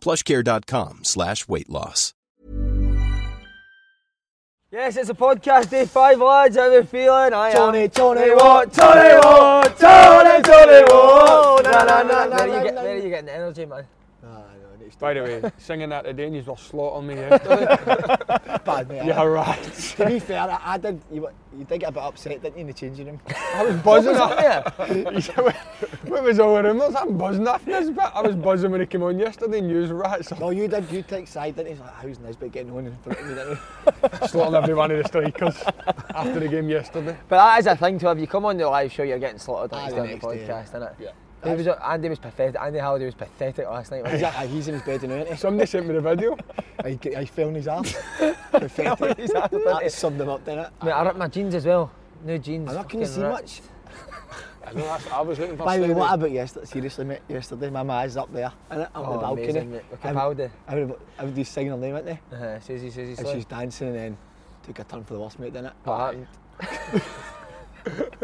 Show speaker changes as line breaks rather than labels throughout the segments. Plushcare.com slash weight loss.
Yes, it's a podcast day five, lads. How we feeling? I
Tony,
am.
Tony, what? Tony, what? Tony, Tony, what? Na, na, na, na,
Where are
na,
you, get,
na.
where are you getting the energy, man?
By the way, singing that today and you were slaughtering me out.
Bad, mate.
You're right.
To be fair, I, I did. You, were- you did get a bit upset, didn't you, in the changing room?
I was buzzing
What's up
off.
there?
What was all the rumours? I'm buzzing off this bit. I was buzzing when he came on yesterday, news rats.
No, you did. You took side, didn't you? He's Like, how's Nisbet getting on in front of me? didn't you?
slaughtering every one of the strikers after the game yesterday.
But that is a thing to have. You come on the live show, you're getting slaughtered
Aye,
next
the
on the
next day,
podcast, innit?
yeah.
He was, Andy was pathetic. Andy Halliday was pathetic last night.
He's,
wasn't
uh, he's in his bed now, isn't
Somebody sent me the video.
he? He, he fell on his arm. Pathetic.
He's after
That
it.
summed him up, didn't it?
Mate, I ripped my jeans as well. New jeans.
I can
fucking
you see
ripped.
much?
I know that's, I was looking for
By the way,
Stevie.
what about yesterday? Seriously, mate, yesterday my eyes up there, and I'm on
Oh,
the balcony.
amazing, mate. Look at
Um,
Baldy.
I would, I would be singing her name, wouldn't they?
Uh, Susie, Susie,
And she's
Slim.
dancing, and then took a turn for the worst, mate, didn't it?
What happened?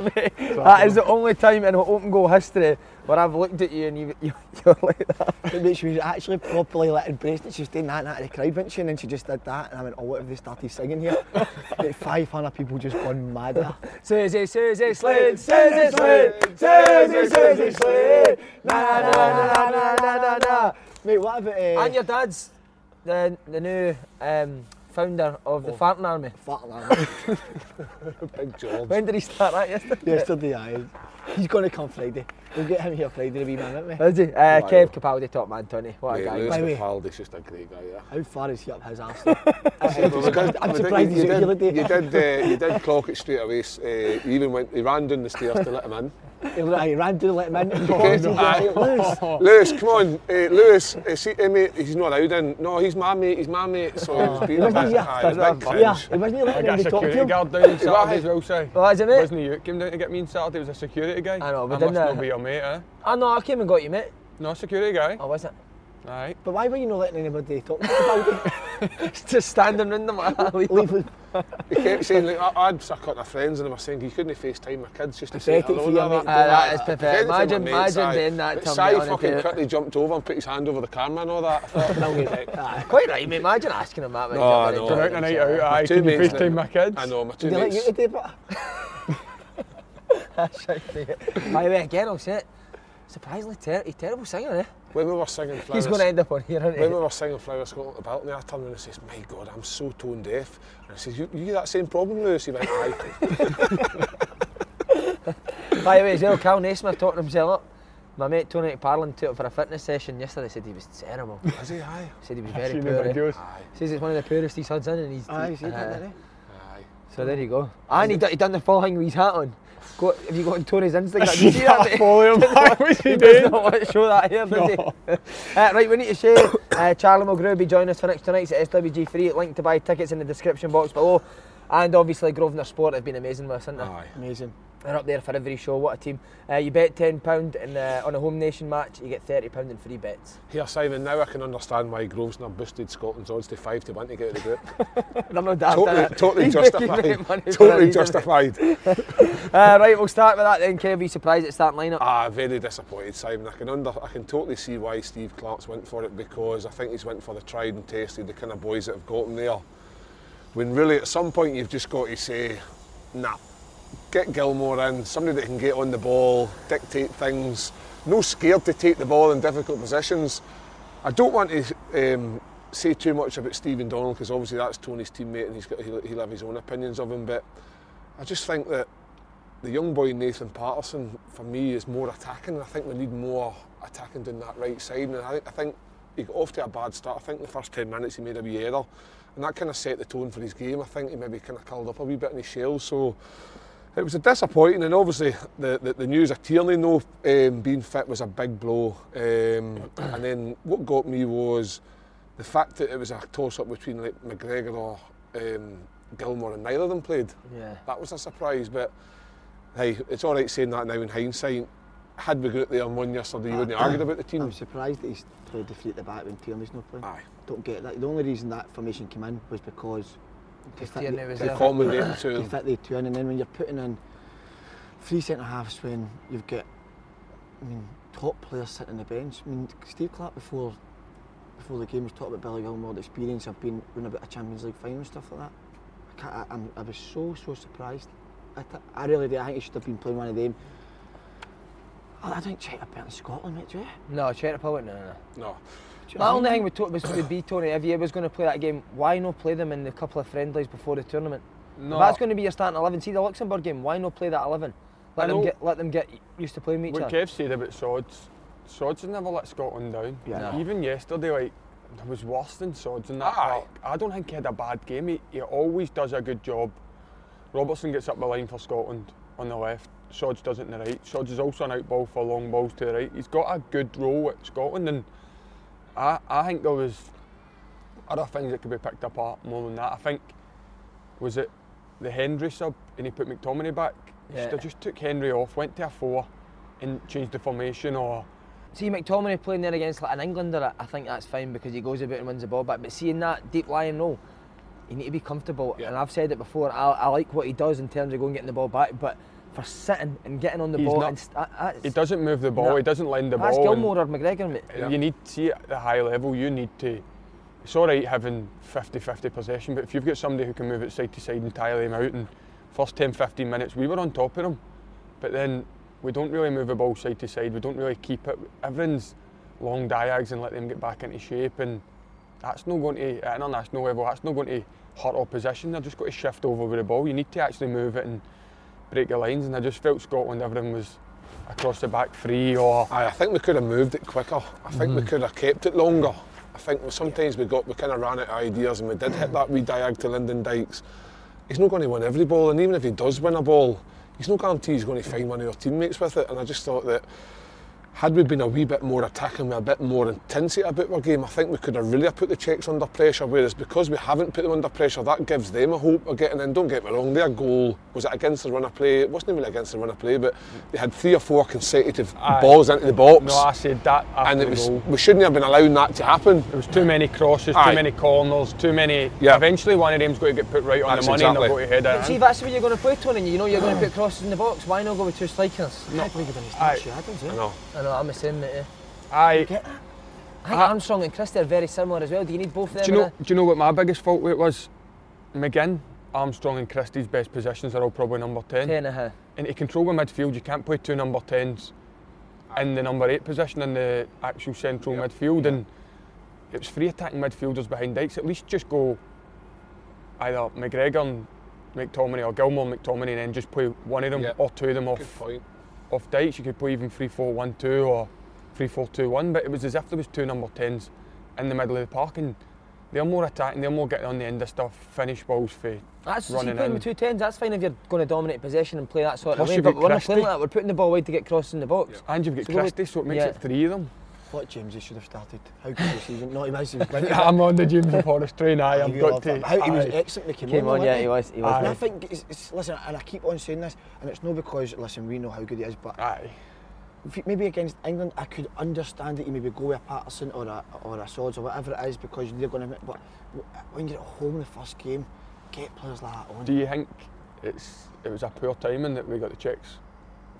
Mate, that is the only time in open goal history where I've looked at you and you, you, you're like that.
But mate, she was actually properly like embraced it. She was doing that and that at the crowd, wasn't she? And then she just did that, and I went, oh, what have they started singing here? like 500 people just gone mad at her.
Susie, Susie, Slade, Susie, Slade, Susie, Susie, Slade, na na na na na na na na.
Mate, what about... Uh,
And your dad's the, the new um, founder of the Farting Army.
Fuck that.
Big George.
When did he start that yesterday?
Yesterday, aye. He's going to come Friday. We'll get him here Friday, a wee man, won't we?
Is he? Uh,
Wow.
Kev Capaldi, top man, Tony. What a
Mate,
guy.
Lewis
By the way.
Capaldi's just a great guy, yeah.
How far is he up his arse? though? I'm
You
surprised
did-
he's out here
you
today.
did, you did, uh, you did clock it straight away. s- Uh, you even went, he ran down the stairs to let him in.
He looked- He ran down, let him in.
Oh,
Okay,
He's
aye.
like, "Lewis."
Lewis, come on, uh, Lewis, uh, see, eh, mate, he's not allowed in. No, he's my mate, he's my mate. So he was being a bit,
Wasn't he
aye, it was a big
after- Yeah,
cringe.
he wasn't he letting
I got a
anybody talk to
security
him?
guard down on Saturday
right.
as well, say.
Well, Oh, is it, mate?
Wasn't you? that Came down to get me on Saturday, it was a security guy.
I know, but
I
didn't
must
I-
not be your mate, eh?
Oh no, I came and got you, mate.
No, security guy.
Oh, was it?
Aye.
But why were you not letting anybody talk to him about it?
Just standing round them like that.
Leave him.
He kept saying, like, I, I'd stuck up my friends and they were saying he couldn't FaceTime my kids just to say
Pathetic
hello.
for
and
your
all
mate,
that.
Ah, that is
I- I
pathetic.
pretended to
Imagine-
my mates,
imagine
aye.
doing that
But
to me
Si
on a
fucking
date.
quickly jumped over and put his hand over the camera and all that. I thought,
Aye.
Quite right, mate. Imagine asking him that. mate.
No,
He's
no.
like,
Going out
"Right,
on
right,
a night
right,
out, aye.
two
Can you
mates now.
FaceTime my kids?
I know, my two
Did he let you
mates.
today, but
right." By the way, again, I'll say it. Surprisingly, ter- he's terrible singer, eh?
When we were singing Flowers,
He's going to end up on here, isn't he?
When we were singing Flowers Go Up the Balcony, I turned around and says, my God, I'm so tone deaf. And I says, you, you that same problem, Lewis? He went, aye.
By the way, as well, Cal Naismith talking himself up. My mate Tony Parlin took him for a fitness session yesterday. Said he was terrible.
Is he, aye?
said he was
I've
very
seen the
poor. eh?
videos.
Aye,
Says it's one of the poorest he's had in, and he's.
Aye, see,
uh,
didn't
aye.
so there you go. And he, d- he done the full thing with his hat on. Go, have you got on Tony's Instagram? Did you see that?
Yeah,
mate?
follow him. What was he
He does
doing?
not want to show that here, does
No.
he? Uh, right, we need to say uh, Charlie Mulgrew will be joining us for next tonight's at SWG3. Link to buy tickets in the description box below. And obviously, Grosvenor Sport have been amazing with us, haven't they?
Aye.
he? Amazing.
They're up there for every show. What a team! Uh, you bet ten pound in uh, on a home nation match, you get thirty pound in free bets.
Here, Simon, now I can understand why Grosvenor boosted Scotland's odds to 5 to 1 to get out of the group.
They're not daft,
totally
innit?
totally
He's making great money for
justified.
that
Totally
reason.
justified.
Uh, right, we'll start with that then. Kev, you surprised at starting lineup?
Ah, very disappointed, Simon. I can under, I can totally see why Steve Clark's went for it because I think he's went for the tried and tested, the kind of boys that have got him there. When really at some point you've just got to say, nah, get Gilmore in, somebody that can get on the ball, dictate things, no scared to take the ball in difficult positions. I don't want to um, say too much about Stephen Donald because obviously that's Tony's teammate and he's got, he'll, he'll have his own opinions of him, but I just think that the young boy Nathan Patterson for me is more attacking and I think we need more attacking down that right side and I, I think he got off to a bad start I think the first 10 minutes he made a wee error and that kind of set the tone for his game I think he maybe kind of curled up a wee bit in his shell so it was a disappointing and obviously the, the, the news of Tierney no um, being fit was a big blow um, and then what got me was the fact that it was a toss-up between like McGregor or um, Gilmore and neither of them played,
Yeah.
that was a surprise. But hey, it's all right saying that now in hindsight. Had we got there and won yesterday, you wouldn't have argued about the
Ah.
team.
I'm surprised that he's played the free at the back when Tierney's not playing.
Aye.
Don't get that. The only reason that formation came in was because to
Because
fit
Tierney
the-
was
to
To
there.
fit-
accommodate to
to
them.
fit the two in, and then when you're putting in three centre halves, when you've got, I mean, top players sitting on the bench. I mean, Steve Clark before before the game was talking about Billy Gilmore, the experience of being running about a Champions League final and stuff like that. I, can't, I, I'm, I was so so surprised. I, th- I really did. I think he should have been playing one of them. I, I didn't check a bit in Scotland, mate. Do you?
No, Czech Republic, no, no.
No.
Do you
My
know
only
what I
thing would, to- was, would be Tony if you was going to play that game. Why not play them in the couple of friendlies before the tournament?
No.
If that's going to be your starting eleven. See the Luxembourg game. Why not play that eleven? Let
I
them
know.
get let them get used to playing with each
What
other.
Kev said about Sods, Sods never let Scotland down.
Yeah. No.
Even yesterday, like, there was worse than Sods in that
Aye.
park. I don't think he had a bad game. He, he always does a good job. Robertson gets up the line for Scotland on the left. Sods does it on the right. Sods is also an out ball for long balls to the right. He's got a good role at Scotland, and I, I think there was other things that could be picked apart more than that. I think was it the Henry sub and he put McTominay back.
Yeah.
They just took Henry off, went to a four, and changed the formation. Or
See McTominay playing there against like an Englander. I I think that's fine because he goes about and wins the ball back. But seeing that deep lying role, you need to be comfortable.
Yeah.
And I've said it before. I, I like what he does in terms of going and getting the ball back, but for sitting and getting on the
He's
ball
not-
and st- that- that's,
he doesn't move the ball.
No.
He doesn't lend the
that's
ball. and
Gilmore or McGregor, mate.
Yeah.
You need see at the high level. You need to. It's all right having 50-50 possession, but if you've got somebody who can move it side to side and tire them out, and first 10-15 minutes we were on top of them, but then we don't really move the ball side to side. We don't really keep it. Everything's long diags and let them get back into shape, and that's not going to at international level. That's not going to hurt opposition. They're just got to shift over with the ball. You need to actually move it and break the lines. And I just felt Scotland. Everything was across the back three or.
Aye, I think we could have moved it quicker. I think we could have kept it longer. I think we- sometimes we got we kind of ran out of ideas and we did hit that wee diag to Lyndon Dykes. He's not going to win every ball, and even if he does win a ball, he's not guaranteed he's going to find one of your teammates with it. And I just thought that had we been a wee bit more attacking with a bit more intensity about our game, I think we could have really put the Czechs under pressure. Whereas because we haven't put them under pressure, that gives them a hope of getting in. Don't get me wrong, their goal was it against the run of play. It wasn't even against the run of play, but they had three or four consecutive
Aye.
balls into the box
No, I said that after
and
the
it was,
goal.
we shouldn't have been allowing that to happen.
There was too many crosses, too
Aye.
many corners, too many.
Yeah.
Eventually, one of them's got to get put right on
That's
the money
exactly.
and they've got to
But
head
see,
in.
if that's where you're going to play Tony. and You know you're going to put crosses in the box. Why not go with two strikers?
mean? I can't believe he didn't
Aye.
start Shea Adams, eh?
I know.
I know I'm the same, mate. eh.
Aye. Do
I think Armstrong and Christie are very similar as well. Ah. Do you need both of them?
you
in
know?
a-
Do you know what my biggest fault with it was? McGinn, Armstrong, and Christie's best positions are all probably number ten.
Ten of her.
And to control the midfield, you can't play two number tens in the number eight position in the actual central
Yeah.
midfield. And it was three attacking midfielders behind Dykes. At least just go either McGregor and McTominay or Gilmore and McTominay, and then just play one of them
Yeah.
or two of them off.
Good point.
off dikes. You could play even 3 4 1 2 or 3 4 2 1, but it was as if there was two number 10s in the middle of the park and they're more attacking, they're more getting on the end of stuff, finish balls for.
That's see,
Running
playing with two tens. That's fine if you're going to dominate possession and play that sort
Plus
of way.
you've
But
got
we're not playing
Christie.
like that. We're putting the ball wide to get crossed in the box.
And you've got
So go with-
Christie, so it makes
yeah.
it three of them.
thought James he should have started. How good was he? Not he was. He was
I'm on the James Forest train, aye,
He loved it. How he was excellent when he came,
Came
on,
on,
wasn't
yeah, he was. He was.
And I
Aye.
think, it's, it's, listen, and I keep on saying this, and it's not because, listen, we know how good he is, but
Aye.
if he- maybe against England, I could understand that you maybe go with a Patterson or a, or a Swords or whatever it is because they're going to. But when you're at home in the first game, get players like that on.
Do you think it's it was a poor timing that we got the checks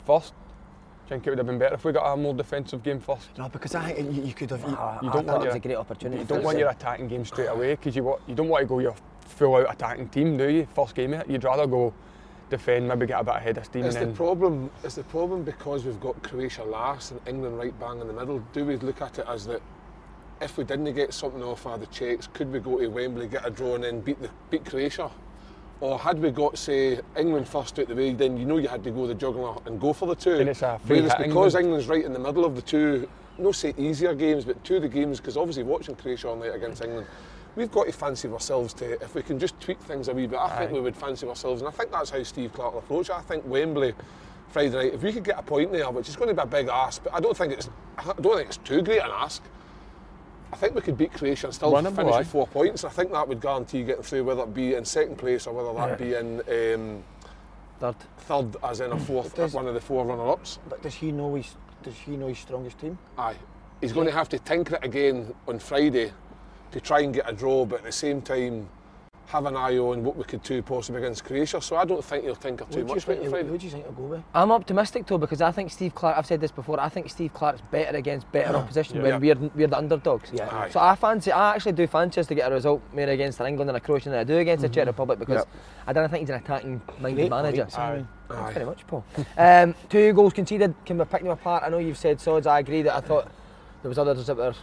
first? Do you think it would have been better if we got a more defensive game first?
no, because I think you, you could have. You,
Ah,
You
I thought
don't want
it was
your-
a great opportunity.
You
for
don't
us,
want
eh.
your attacking game straight away because you, wa- you don't want to go your full out attacking team, do you? First game, of it? you'd rather go defend, maybe get a bit ahead of steam.
Is the
and then,
problem? Is the problem because we've got Croatia last and England right bang in the middle? Do we look at it as that if we didn't get something off of the Czechs, could we go to Wembley, get a draw, and then beat the, beat Croatia? Or had we got say England first out the way, then you know you had to go the juggler and go for the two.
And it's a free
Whereas
hit
because
England.
England's right in the middle of the two, no say easier games, but two of the games because obviously watching Croatia all night against England. We've got to fancy ourselves to, if we can just tweak things a wee bit, I think
Aye.
we would fancy ourselves. And I think that's how Steve Clark will approach it. I think Wembley Friday night, if we could get a point there, which is going to be a big ask, but I don't think it's, I don't think it's too great an ask. I think we could beat Croatia and still
One of them,
finish
aye.
with four points. I think that would guarantee getting through, whether it be in second place or whether that be in um,
Third.
third, as in a fourth,
Mm, does-
one of the four runner-ups.
But does he know he's does he know his strongest team?
Aye. He's going to have to tinker it again on Friday to try and get a draw, but at the same time, have an eye on what we could do possibly against Croatia. So I don't think he'll tinker too
Who do you
much
think
with it
he'll-
Friday.
who do you think he'll go with?
I'm optimistic though because I think Steve Clark. I've said this before. I think Steve Clark's better against better opposition when
Yeah.
we're we're the underdogs.
Yeah.
Aye.
So I fancy. I actually do fancy us to get a result more against an England and a Croatia than I do against the Czech Republic because
Mm-hmm. Yep.
I don't think he's an attacking minded
Great
manager.
point, Simon.
Aye.
Very much, Paul. Um, two goals conceded. Can we pick them apart? I know you've said Sods. I agree that I thought there was others that were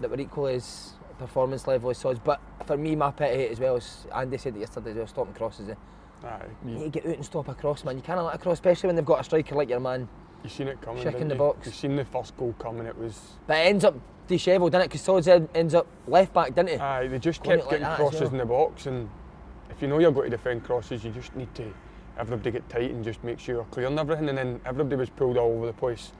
that were equal as performance level as Sods. But for me, my pet hate as well is Andy said it yesterday as well. Stopping crosses. Eh?
Aye,
You
you,
need to get out and stop a cross, man. You can't let a cross, especially when they've got a striker like your man.
you seen it coming.
Check in
didn't
the
you?
box.
You seen the first goal coming. It was.
But it ends up dishevelled, didn't it? Because Sods en- ends up left back, didn't he?
Aye, they just
Going it
kept
like
getting
that as
crosses
well.
in the box, and if you know you're going to defend crosses, you just need to everybody get tight and just make sure you're clearing everything, and then everybody was pulled all over the place.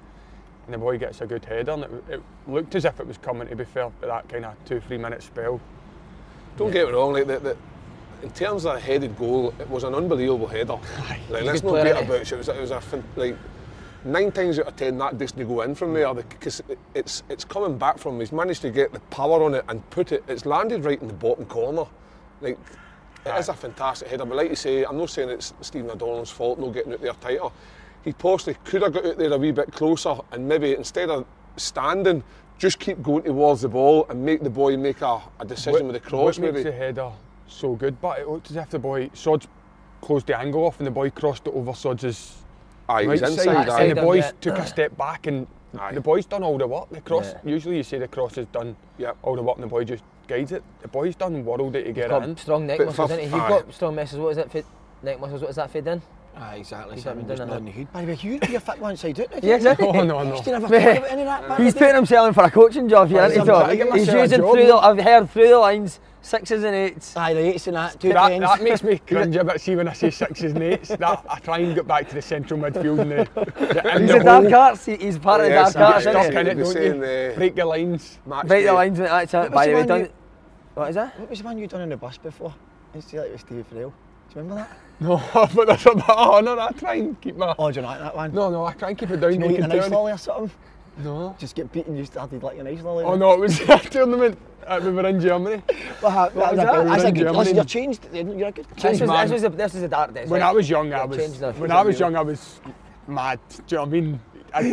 And the boy gets a good header, and it, it looked as if it was coming. To be fair, but that kind of two, three minute spell.
Don't get me wrong, like that. that in terms of a headed goal, it was an unbelievable header. Like, let's
good
not
player,
beat
ain't he?
about it. It was, it was a fin- like nine times out of ten that Disney go in from there because it, it's it's coming back from. him. He's managed to get the power on it and put it. It's landed right in the bottom corner. Like it is a fantastic header. But like you say, I'm not saying it's Stephen O'Donnell's fault not getting out there tighter. He possibly could have got out there a wee bit closer and maybe instead of standing, just keep going towards the ball and make the boy make a, a decision with the
what
cross. maybe.
makes the header so good? But it looked as if the boy Sods closed the angle off, and the boy crossed it over Sods's
Aye,
right
he's inside.
side,
aye.
and the boys
Yeah.
took a step back, and
Aye.
the boy's done all the work. The cross.
Yeah.
Usually, you say the cross is done
Yep.
all the work, and the boy just guides it. The boy's done world it to get it
got
in.
strong neck
But
muscles,
for-
didn't he? You've
aye.
got strong muscles. What is it? Fit, neck muscles. What is that? Fit in?
Aye, exactly.
He's
Simon
done
just
it.
nodding the hood. By the way, you you're fit one side out.
Yeah, exactly.
Oh no, no.
Just never thought about any of that. back in the
He's
day.
putting himself in for a coaching job here,
Aye,
isn't he,
sometimes
John?
I get
He's
myself a
using
job, Ah,
through the, I've heard through the lines, sixes and eights.
Aye, the eights and that. Two
That,
tens.
that makes me cringe a bit. See when I say sixes and eights, that I try and get back to the central midfield and the, the, and
He's
the
a dark
hole.
arts, he- he's part of the
Yes,
dark arts,
yeah,
Get
isn't
stuck
he?
yeah.
in it, don't
They're saying,
you?
uh,
Break your lines.
Match
Right,
day.
the lines, that's it.
was
By
the
the way,
one
done.
you-
What is that?
What was the one you done on the bus before? It's like with Steve Rail. Do you remember that?
No, Oh, but that's a bit of honour. I try and keep my.
Oh, do you not like that one?
No, no, I try and keep it down.
You know,
no
eating an
can do
ice
anything.
lolly or something.
No.
Just get beaten. You started like an ice lolly.
Oh no, it was a tournament. Uh, we were in Germany.
What happened? That was
was
a
that?
good- that's a good.
Germany.
Listen, Altså, you're changed. You're a good.
This
Change.
was,
man.
this was the, this was the dark days.
When
right?
I was young, I
Yeah,
was
changed the-
when I was young, I was mad. Do you know what I mean?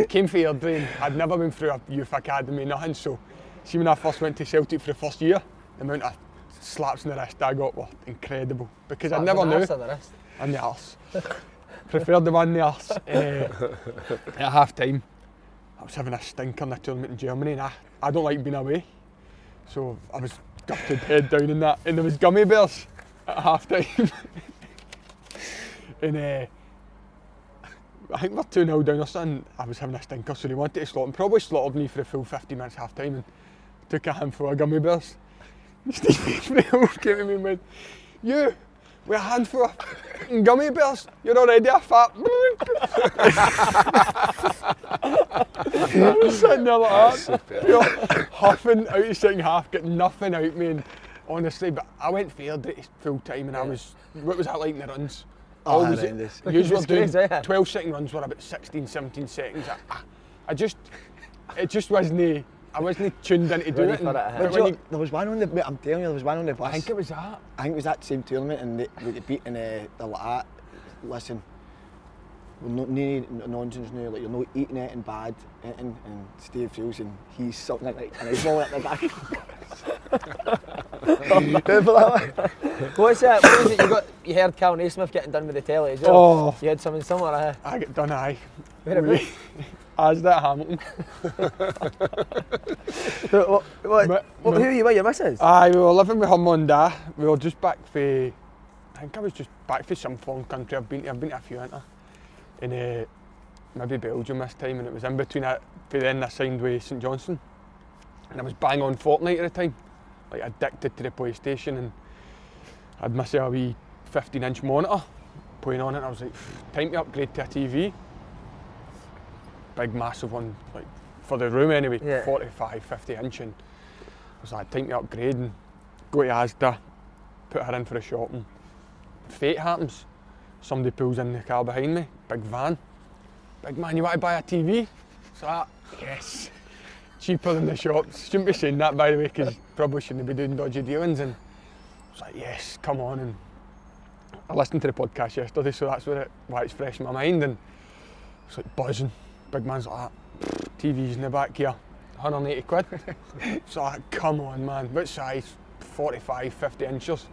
I came for Airdrie. I'd never been through a youth academy, nothing. So, see, when I first went to Celtic for the first year, the amount of slaps in the wrist I got were incredible because I
That
never
was an
knew
arse on the wrist.
on the arse. Preferred the one in the arse. Uh, at half time, I was having a stinker in the tournament in Germany, and I, I don't like being away. So I was gutted, head down in that, and there was gummy bears at half time. and uh, I think we're 2 0 down or something. I was having a stinker, so they wanted to slot and probably slotted me for a full 50 minutes half time and took a handful of gummy bears. Steve Frail came to me and went, You, with a handful of fucking gummy bears, you're already a fat. I was sitting there like that,
Superb.
pure huffing out the second half, getting nothing out me. And honestly, but I went for Airdrie full time and I was, what was that like in the runs?
Oh,
Always-
horrendous.
you were
It's
doing
crazy, yeah.
12 second runs were about 16, 17 seconds. I, I, I just, it just wasn't, I wasn't tuned in to do
Ready
it.
for
and-
it, huh?
but
But
when
you,
you-
know, there was one on the. mate, I'm telling you, there was one on the bus.
I think it was that.
I think it was that same tournament and they, they got beaten uh, the like that. Listen, we're not no, no nonsense now. Like you're not eating it and bad eating and Steve Fields and he's something like an ice lolly at the back. Remember that one?
What's that? What was it? You got you heard Cal Naismith getting done with the telly as well.
Oh.
You had something similar. eh?
I get done, aye.
Where about?
As that Hamilton.
what, what,
Ma-
what,
ma-
who are you with? Your missus?
Aye, we were living with her mum and dad. We were just back for, I think I was just back for some foreign country. I've been to, I've been to a few, ain't I? In uh, maybe Belgium this time, and it was in between that. For then, I signed with St Johnson, and I was bang on Fortnite at the time, like addicted to the PlayStation, and I'd myself a wee 15-inch monitor playing on it. And I was like, "Phew, time to upgrade to a TV. Big, massive one, like for the room anyway,
Yeah.
45, 50 inch, and was like, time to upgrade and go to Asda, put her in for a shot and fate happens. Somebody pulls in the car behind me, big van. Big man, you want to buy a TV? So that, yes. Cheaper than the shops. Shouldn't be saying that by the way, because probably shouldn't be doing dodgy dealings. And I was like, yes, come on. And I listened to the podcast yesterday, so that's where it, why it's fresh in my mind. And it's like buzzing. Big man's like, "Ah, TV's in the back here, 180 quid. so like, come on, man, what size? 45, 50 inches.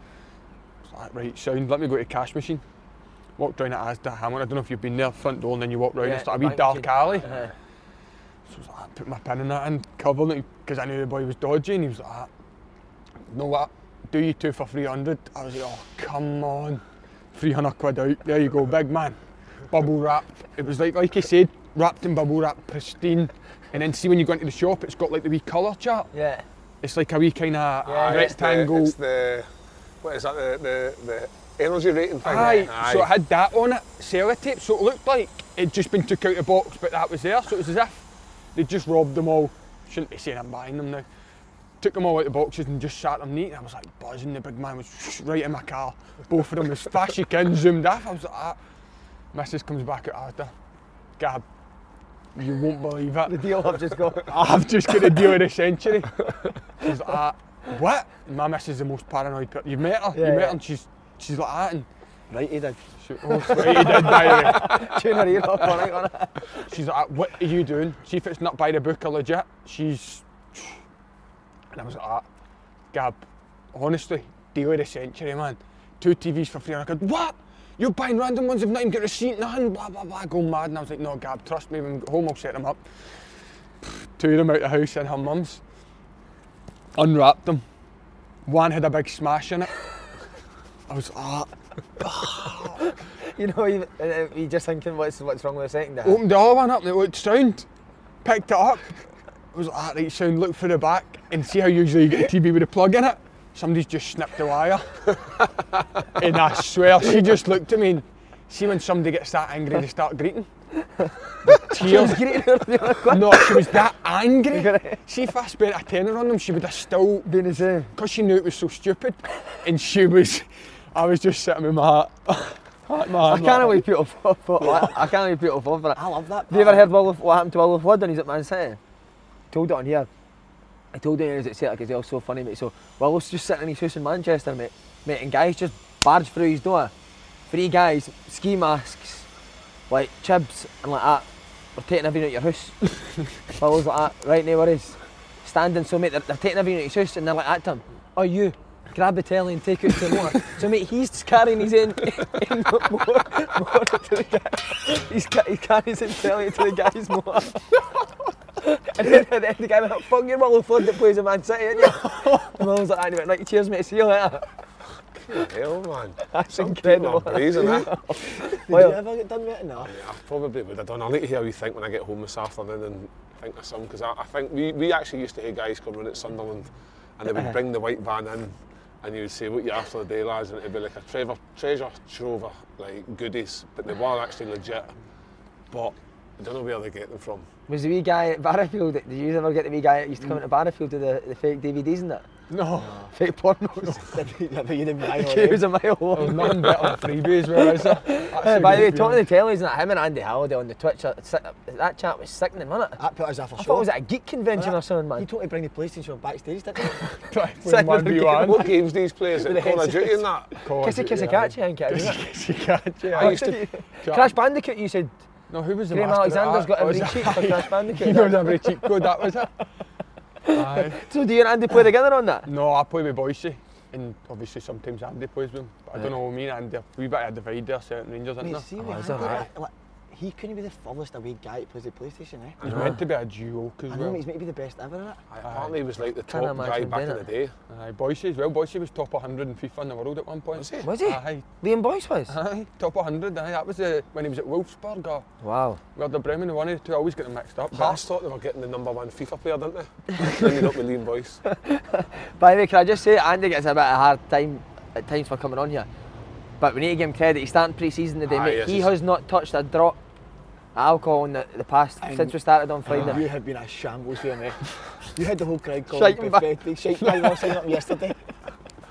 It's like, right, sound, let me go to the cash machine. Walked down at Asda Hammer, I don't know if you've been there, front door, and then you walk round,
Yeah,
it's like a wee
bank
dark
machine.
alley.
Uh,
So I was like, "Ah," put my pin in that and covered it because I knew the boy was dodgy and he was like, "Ah, you know what, do you two for 300? I was like, oh, come on. 300 quid out, there you go, big man. Bubble wrapped. It was like, like he said, wrapped in bubble wrap, pristine. And then see when you go into the shop, it's got like the wee colour chart.
yeah.
It's like a wee kind of
Yeah, yeah.
It's The,
rectangle.
it's the, what is that, the, the, the energy rating thing?
Aye. so it
Aye.
had that on it, sellotape, so it looked like it'd just been took out of the box, but that was there, so it was as if they'd just robbed them all. Shouldn't be saying I'm buying them now. Took them all out of the boxes and just sat them neat, and I was like buzzing. The big man was right in my car, both of them as fast as you can, zoomed off. I was like, ah. Mrs. comes back at after, Gab, you won't believe it.
The deal I've just got.
I've just got to deal with the century. She's like, ah, what? And my missus is the most paranoid person. You've met her,
Yeah,
you've met
yeah.
her, and she's, she's like that. And
Right, he did.
she, oh, sorry, he did, by the way.
Tune her ear up all right on it.
She's like, what are you doing? See if it's not by the book or legit. She's. And I was like, ah, Gab, honestly, deal with the century, man. Two TVs for free. And I go, what? You're buying random ones, I've not even got a receipt, nothing, blah, blah, blah, go mad. And I was like, no, Gab, trust me, when we get home, I'll set them up. Two of them out the house in her mum's. Unwrapped them. One had a big smash in it. I was like, ah,
You know, you, uh, you just thinking what's what's wrong with the second. half.
opened the other one up and it looked sound. Picked it up. I was like, ah, right, sound, look through the back and see how usually you get a TV with a plug in it. Somebody's just snipped the wire. and I swear, she just looked at me and see when somebody gets that angry, they start greeting. The tears. no, she was that angry. See if I spent a tenner on them, she would have still
Doing the same.
because she knew it was so stupid, and she was, I was just sitting with my heart, heart in my
I
hand
can't
like-
believe people fall for that. I can't believe people fall for that.
I love that.
Have you ever heard Will, what happened to Will Flood when he's at Man City? Told it on here. I told it when he was at Celtic as well, so funny, mate. So Will's just sitting in his house in Manchester, mate. Mate, and guys just barge through his door. Three guys, ski masks, like chibs and like that. They're taking everything out your house. Will's like that, right, no worries. Standing, so mate, they're, they're taking everything out his house and they're like that to him. Oh, you. Grab the telly and take it to the motor. so mate, he's carrying his in, in the motor, motor to the guy. He's, ca- he carries his telly to the guy's motor. and then, and then the guy went, "Oh, fuck your Willow Flood that plays in Man City, ain't you? and I was like, anyway, right, cheers mate, see you later.
Hell, man.
That's
People
incredible.
are blazing, eh?
Did you ever get done with it? No.
I probably would have done. I'll need to hear how you think when I get home this afternoon and think of some, because I, I think we, we actually used to hear guys come round at Sunderland and they
Uh-huh.
would bring the white van in and you would say, what you after the day, lads? And it'd be like a treasure, treasure trove of like, goodies, but they were actually legit. But I don't know where they get them from.
Was the wee guy at Barrafield, did you ever get the wee guy that used to come into Barrafield to the, the fake DVDs and that?
No.
Fake pornos.
yeah, but you didn't buy
he was a mile
There was
long.
nothing better than freebies, where is
Hey,
it?
By the way, talking to the tellies and that, him and Andy Halliday on the Twitch, uh, si- that chat was sickening, wasn't it?
That put us off a
I thought it was at a geek convention or something,
You
man.
told me to bring the PlayStation backstage, didn't you?
When one v one.
What games these players at Call of Duty and that?
Kissy Kissy Catchy, I think it is, isn't
Kissy Catchy.
I used to.
it? Crash Bandicoot, you said
No, who was the
Graham
master at
Alexander's
that?
got
Oh, was
every cheat for
it-
Crash Bandicoot.
He knows every cheat code, that was it. Aye.
So do you and Andy play together on that?
No, I play with Boise, and obviously sometimes Andy plays with him. But I don't know, me and Andy, we better divide there, certain Rangers, isn't
Mate,
there?
see
Oh,
what
is
I
that
did,
right?
like, he couldn't be the furthest away guy that plays the PlayStation, eh?
He's meant to be a duke as
I know,
well.
mate, he's maybe the best ever at
Aye, Apparently he was like the
Can't
top guy
imagine
back
being
in the
it.
day.
Aye, Boise as well. Boise was top 100 in FIFA in the world at one point. Was he?
Was he?
Aye,
Liam Boyce was?
aye, top 100. Aye, that was uh, when he was at Wolfsburg or
Wow.
Werder Bremen. One of the two, I always get them mixed up. but-
Hearts thought they were getting the number one FIFA player, didn't they? Ended up with Liam Boyce.
By the way, can I just say Andy gets a bit of a hard time at times for coming on here. But we need to give him credit. He's starting pre-season today,
Aye,
mate.
yes,
he
he's-
has not touched a drop of alcohol in the, the past
And-
since we started on
it.
Friday.
You have been a shambles here, mate. You had the whole crowd
Shite
calling
him
me
back.
pathetic. Shite me back, I was signing up yesterday.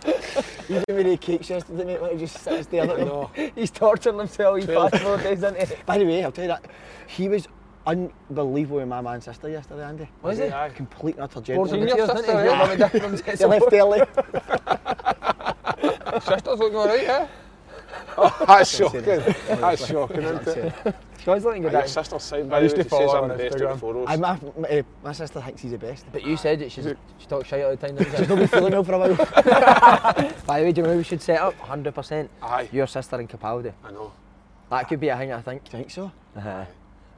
you gave me the cakes yesterday, mate, when I just sat there looking.
No.
He's torturing himself. He's
Twelve.
fast four days into it.
By the way, I'll tell you that, he was unbelievable with my man sister yesterday, Andy.
Was he?
Aye.
Complete and utter
Four
gentleman.
senior
Fourteen. your
sister,
sister,
yeah.
yeah.
Mum and dad comes in,
They
so-
left early.
Sister's looking alright, eh?
That's shocking. That's shocking, isn't it?
Guys, letting go
Your
down.
sister's side,
I
by the
used
way,
to
she
follow
says
her
I'm
on
the best
Instagram.
at photos.
I, my, my, my sister thinks he's the best.
But you said that she's, she talks shit all the time.
She's
doesn't
not been feeling well for a while.
she? By the way, do you know who we should set up? 100%.
Aye,
Your sister and Capaldi.
I know.
That could be a thing, I think.
Do you think so?
Uh-huh.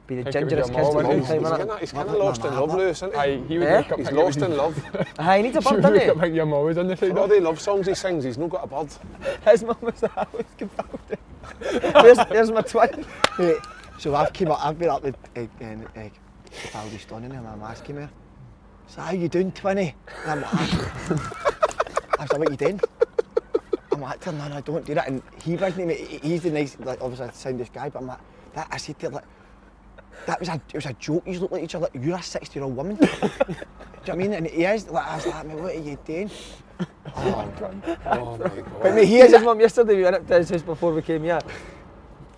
Be the
Think it would be
gingerest
a
kids of
moment.
all
He's
time, innit?
kinda- He's kind of
Not
lost
like
in
my
love
mother.
now, isn't he?
Aye, he would
Eh?
wake up
He's
thinking
lost
he was-
in love.
Aye, he needs a
She
bird,
would wake up
doesn't he?
thinking your mum was on the
You
side.
know
of-
the love songs he sings, he's not got a bird.
His mum was the house Capaldi. there's, there's my twin.
Right, so I've came up, I've been up with uh, and, uh, Baldy Stoney and I'm asking her, so how you doing, 20? And I'm like, "Ah." I said, what you doing? I'm like, "Tell no, no, don't do that. And he brings me, he- he's the nice, like, obviously I sound this guy, but I'm like, that, I said to her, like, that was a, it was a joke, you look like each other, like, you're a 60 year old woman. do you know what I mean? And he is, like, I was like, mate, what are you doing?
Oh my God.
But mate, he
Here's
is
his mum yesterday, we went up to his house before we came here.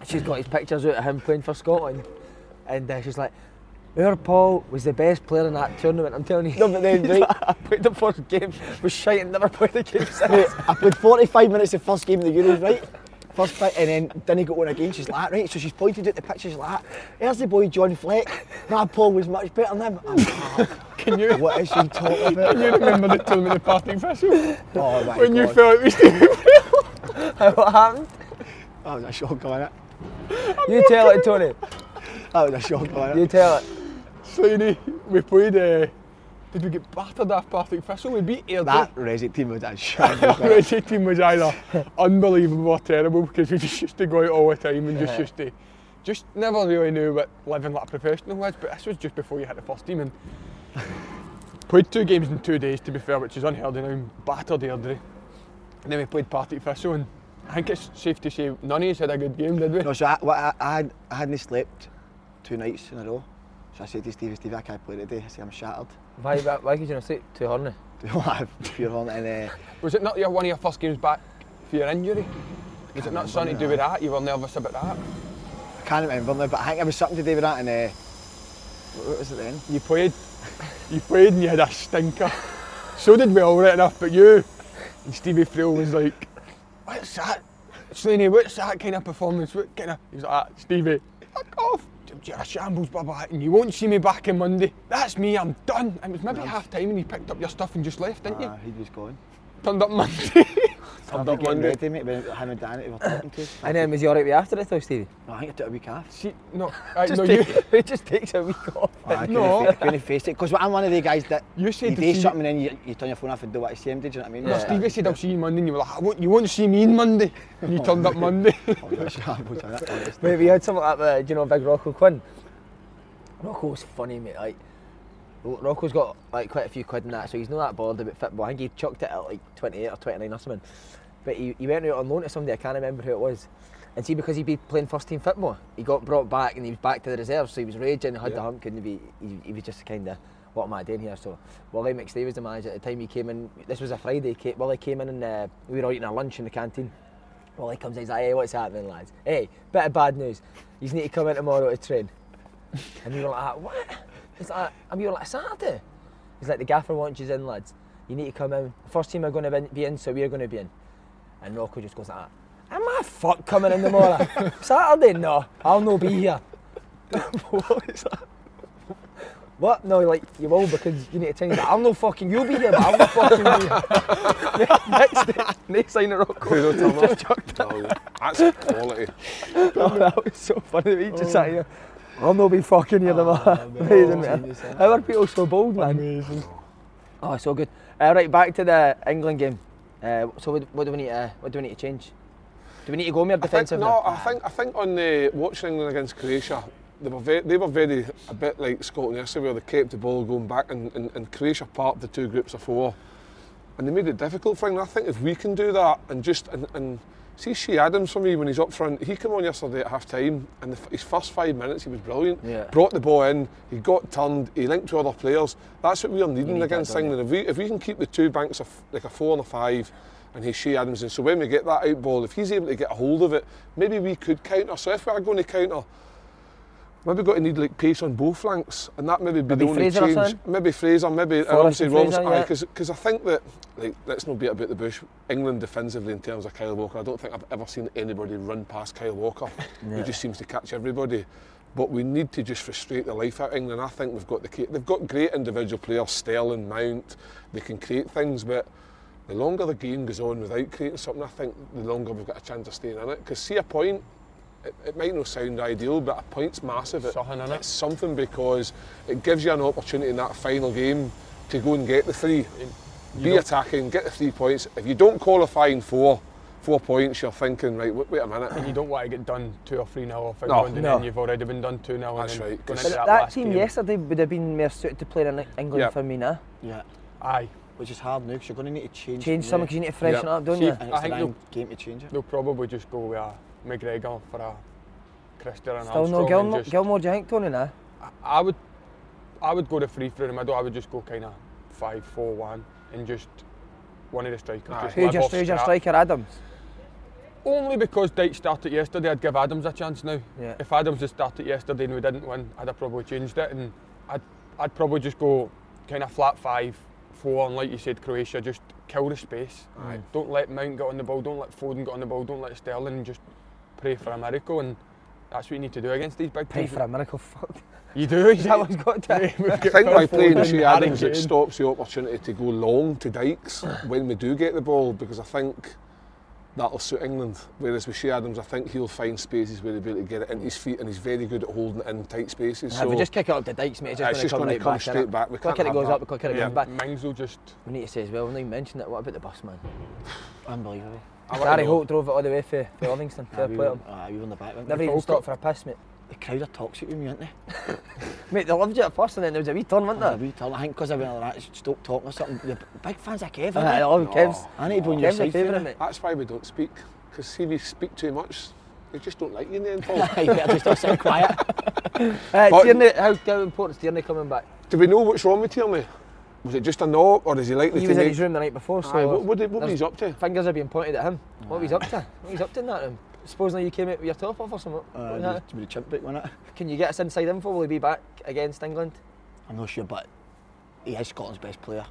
She's got his pictures out of him playing for Scotland. And uh, she's like, our Paul was the best player in that tournament, I'm telling you.
No, but then, right,
I played the first game, was shite and never played a game
Mate,
since.
I played 45 minutes the first game of the Euros, right? First fight, and then Dinny got one again. She's like, that, right? So she's pointed at the picture, she's like, that. there's the boy John Fleck. My Paul was much better than him. I'm like,
Can you
what is she talking about?
you remember the tournament of passing vessel?
Oh my
When you
God.
fell out with Steve?
what happened?
That was a shocker, wasn't
You tell it, Tony.
it? That was a shocker, wasn't
You
it?
tell it.
Slaney, eh? we played. Uh, did we get battered off Partick Thistle? We beat Airdrie.
That Resi team was a shocker.
Our Reggie team was either unbelievable or terrible because we just used to go out all the time and just
Yeah.
used to just never really knew what living like a professional was. But this was just before you hit the first team and played two games in two days to be fair, which is unheard of now. Battered Airdrie, and then we played Partick Thistle and. I think it's safe to say none of us had a good game, did we?
No, so I, what I, I, had, I hadn't slept two nights in a row. So I said to Stevie, Stevie, I can't play today. I said, I'm shattered.
Why, why, why could you not sleep too horny?
Do you know what? Pure on and uh,
Was it not your one of your first games back for your injury? Was it not
remember
something to do with that? You were nervous about that?
I can't remember now, but I think it was something to do with that. And uh, what what was it then?
You played, you played and you had a stinker. So did we all right enough, but you and Stevie Frill was like, what's that? Slaney, what's that kind of performance? What kind of? He was like, "Ah, Stevie, fuck off. You're a shambles, Baba, and you won't see me back on Monday. That's me, I'm done. And it was maybe half time and you picked up your stuff and just left, didn't
Ah,
you?
he was gone.
Turned up Monday.
Turned up Monday. Ready, mate, when him and Danny were talking to. us.
And then was he alright with after it though, Stevie?
No, I think I took a week off.
See, no, I,
Just
no you,
take- it just takes a week off.
Ah, I couldn't
No.
fa- I couldn't face it. Because I'm one of the guys that
You said
you
to
do
see-
something and you, you turn your phone off and do what I say. Do you know what I mean?
Yeah.
Stevie said, I'll see you Monday, and you were like, I won't, you won't see me on Monday. And you turned up Monday.
Oh, no, sure, I won't do that, honest.
Mate, we had something like that, do you know, Big Rocco Quinn? Rocco was funny, mate. Like, Ro- Rocco's got like quite a few quid in that, so he's not that bothered about football. I think he chucked it at like 28 or 29 or something. But he, he went out on loan to somebody, I can't remember who it was. And see, because he'd been playing first team football, he got brought back and he was back to the reserves, so he was raging, had the hump, couldn't be. He, he was just kind of, what am I doing here? So, Wally McStay was the manager at the time. He came in, this was a Friday, ca- Wally came in and uh, we were all eating our lunch in the canteen. Well, he comes in, he's like, hey, what's happening, lads? Hey, bit of bad news. You need to come in tomorrow to train. And we were like, what? He's like, and we were like, Saturday? He's like, the gaffer wants you in, lads. You need to come in. First team are going to be in, so we're going to be in. And Rocco just goes like that. Am I fuck coming in tomorrow? Saturday? No, I'll no be here. what is that? What? No, like, you will because you need to change that. I'll no fucking, you'll be here, but I'll no fucking be here. next, next, next sign of Rocco.
Just chucked That's quality.
Oh, that was so funny. that He just sat here. I'll not be fucking you tomorrow. Amazing, man. How are people so bold, man?
Amazing.
Oh, so good. Uh, right, back to the England game. Uh, so what, what do we need? Uh, what do we need to change? Do we need to go more
I think,
defensive?
no, I think I think on the watching England against Croatia, they were very, they were very a bit like Scotland yesterday, where they kept the ball going back, and, and, and Croatia part the two groups of four, and they made it difficult for England. I think if we can do that and just and, and See Shea Adams for me when he's up front. He came on yesterday at half time, and the, f- his first five minutes he was brilliant.
Yeah.
Brought the ball in, he got turned, he linked to other players. That's what we are needing
need
against
that, don't
England. If we, if we can keep the two banks of like a four and a five, and he's Shea Adams, and so when we get that out ball, if he's able to get a hold of it, maybe we could counter. So if we are going to counter, maybe we've got to need like pace on both flanks, and that maybe be
Maybe
the only
Fraser or
change.
something?
Maybe Fraser, maybe and
Forrest
obviously
and
Robinson.
Fraser, yeah.
Because I think that like, let's not beat about the bush. England defensively in terms of Kyle Walker, I don't think I've ever seen anybody run past Kyle Walker. He just seems to catch everybody. But we need to just frustrate the life out of England. I think we've got the ca- they've got great individual players, Sterling, Mount. They can create things, but the longer the game goes on without creating something, I think the longer we've got a chance of staying in it. Because see a point, it, it might not sound ideal, but a point's massive. It,
Something, innit?
it's something because it gives you an opportunity in that final game to go and get the three. Be attacking, get the three points. If you don't qualify in four, four points, you're thinking, right, wait, wait a minute.
You don't want to get done two or three nil off
No.
England, and
No.
then you've already been done two nil.
That's
and then
right,
going
'cause-
into
But
that,
That,
last
team
game.
yesterday would have been more suited to playing in England
Yeah.
for me now.
Yeah,
Aye,
which is hard now because you're going to need to change.
Change
the-
something because you need to freshen
Yeah.
it up, don't
See,
you?
And
I
it's the
think
wrong game to change it.
they'll probably just go with a McGregor for a Cristiano and
Still
Armstrong.
no
and
Gilmore,
just-
Gilmore, do you think, Tony, now?
I- I would, I would go to three through the middle. I would just go kind of five, four, one, and just one of the strikers.
Aye.
just
Who
live
just
off
who's your
scrap.
striker, Adams?
Only because Dyke started yesterday, I'd give Adams a chance now.
Yeah.
If Adams had started yesterday and we didn't win, I'd have probably changed it, and I'd, I'd probably just go kind of flat five, four, and like you said, Croatia, just kill the space.
Aye.
Don't let Mount get on the ball. Don't let Foden get on the ball. Don't let Sterling. Just pray for a miracle, and that's what you need to do against these big
Pray
teams.
for a miracle, fuck.
You do.
Is that what's got to
I think by playing
Foden,
Shea
Harry
Adams, it
Kane.
stops the opportunity to go long to Dykes when we do get the ball because I think that'll suit England. Whereas with Shea Adams, I think he'll find spaces where he'll be able to get it into his feet and he's very good at holding it in tight spaces.
If
so uh,
we just kick it up the dikes, mate, it's
it's
just
just
going
going
to
to come straight back. We
The quicker
can't
it goes
have
up, the quicker it
Yeah.
comes back.
Mings will just.
We need to say as well, we've not even mentioned it, what about the bus, man?
Unbelievable.
I wanna
Gary
know.
Holt drove it all the way for, for Livingston, fair
Ah, we
play to him.
were- aye, we were on the back. weren't we?
Never even stopped for a piss, mate.
The crowd are toxic with me, aren't they?
Mate, they loved you at first and then there was a wee turn, wasn't
Aye,
there?
we tell- I think because I went like that, stop talking or something. The big fans of Kevin.
Aye, I love Kev's.
I need to be on your
Kev's a
side.
favourite,
favourite.
mate.
That's why we don't speak. Because see, we speak too much. They just don't like you in the end, Paul.
Aye, better just all sit quiet.
Uh,
But-
Tierney, how, how important is Tierney coming back?
Do we know what's wrong with Tierney? Was it just a knock, or is he likely
He
to
was in
make?
his room the night before, so
Aye, what what, did- what was
there's-
he's up to?
fingers are being pointed at him. What was he up to? What was he up to in that room? Supposedly you came out with your top off or something. What was
Uh,
that?
with the chimp book, wasn't it?
Can you get us inside info? Will he be back against England?
I'm not sure, but he is Scotland's best player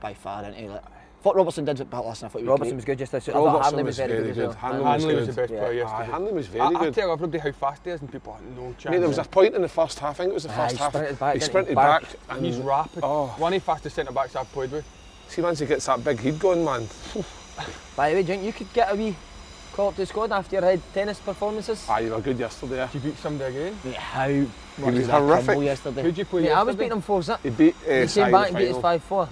by far, isn't he? Like, what Robertson did at Ballas, I thought he was
Robertson was
great.
good just this. I
Robertson
thought Hanley was
was
very
very
good as
good.
well. Aye.
Hanley was
Hanley was the
good.
best
Yeah.
player
Aye,
yesterday.
Hanlon was very
I, I
good.
tell everybody how fast he is, and people are no chance.
Mate, there was a point in the first half. I think it was the
Aye,
first
he
half.
sprinted back,
he
didn't he?
sprinted
Back.
back, and
He's rapid.
Oh.
One of the fastest centre backs I've played with.
see once he gets that big head going, man.
By the way, do you think you could get a wee call up to the squad after your head tennis performances?
Aye, you were good yesterday. eh?
Did you beat somebody again?
Mate, how much
was
did that
horrific.
crumble yesterday?
Who'd you play
Mate, I was
yesterday?
beating him 4 zip.
He beat. Uh,
He
Sai
came
in
back
the
and beat us
final.
5 4.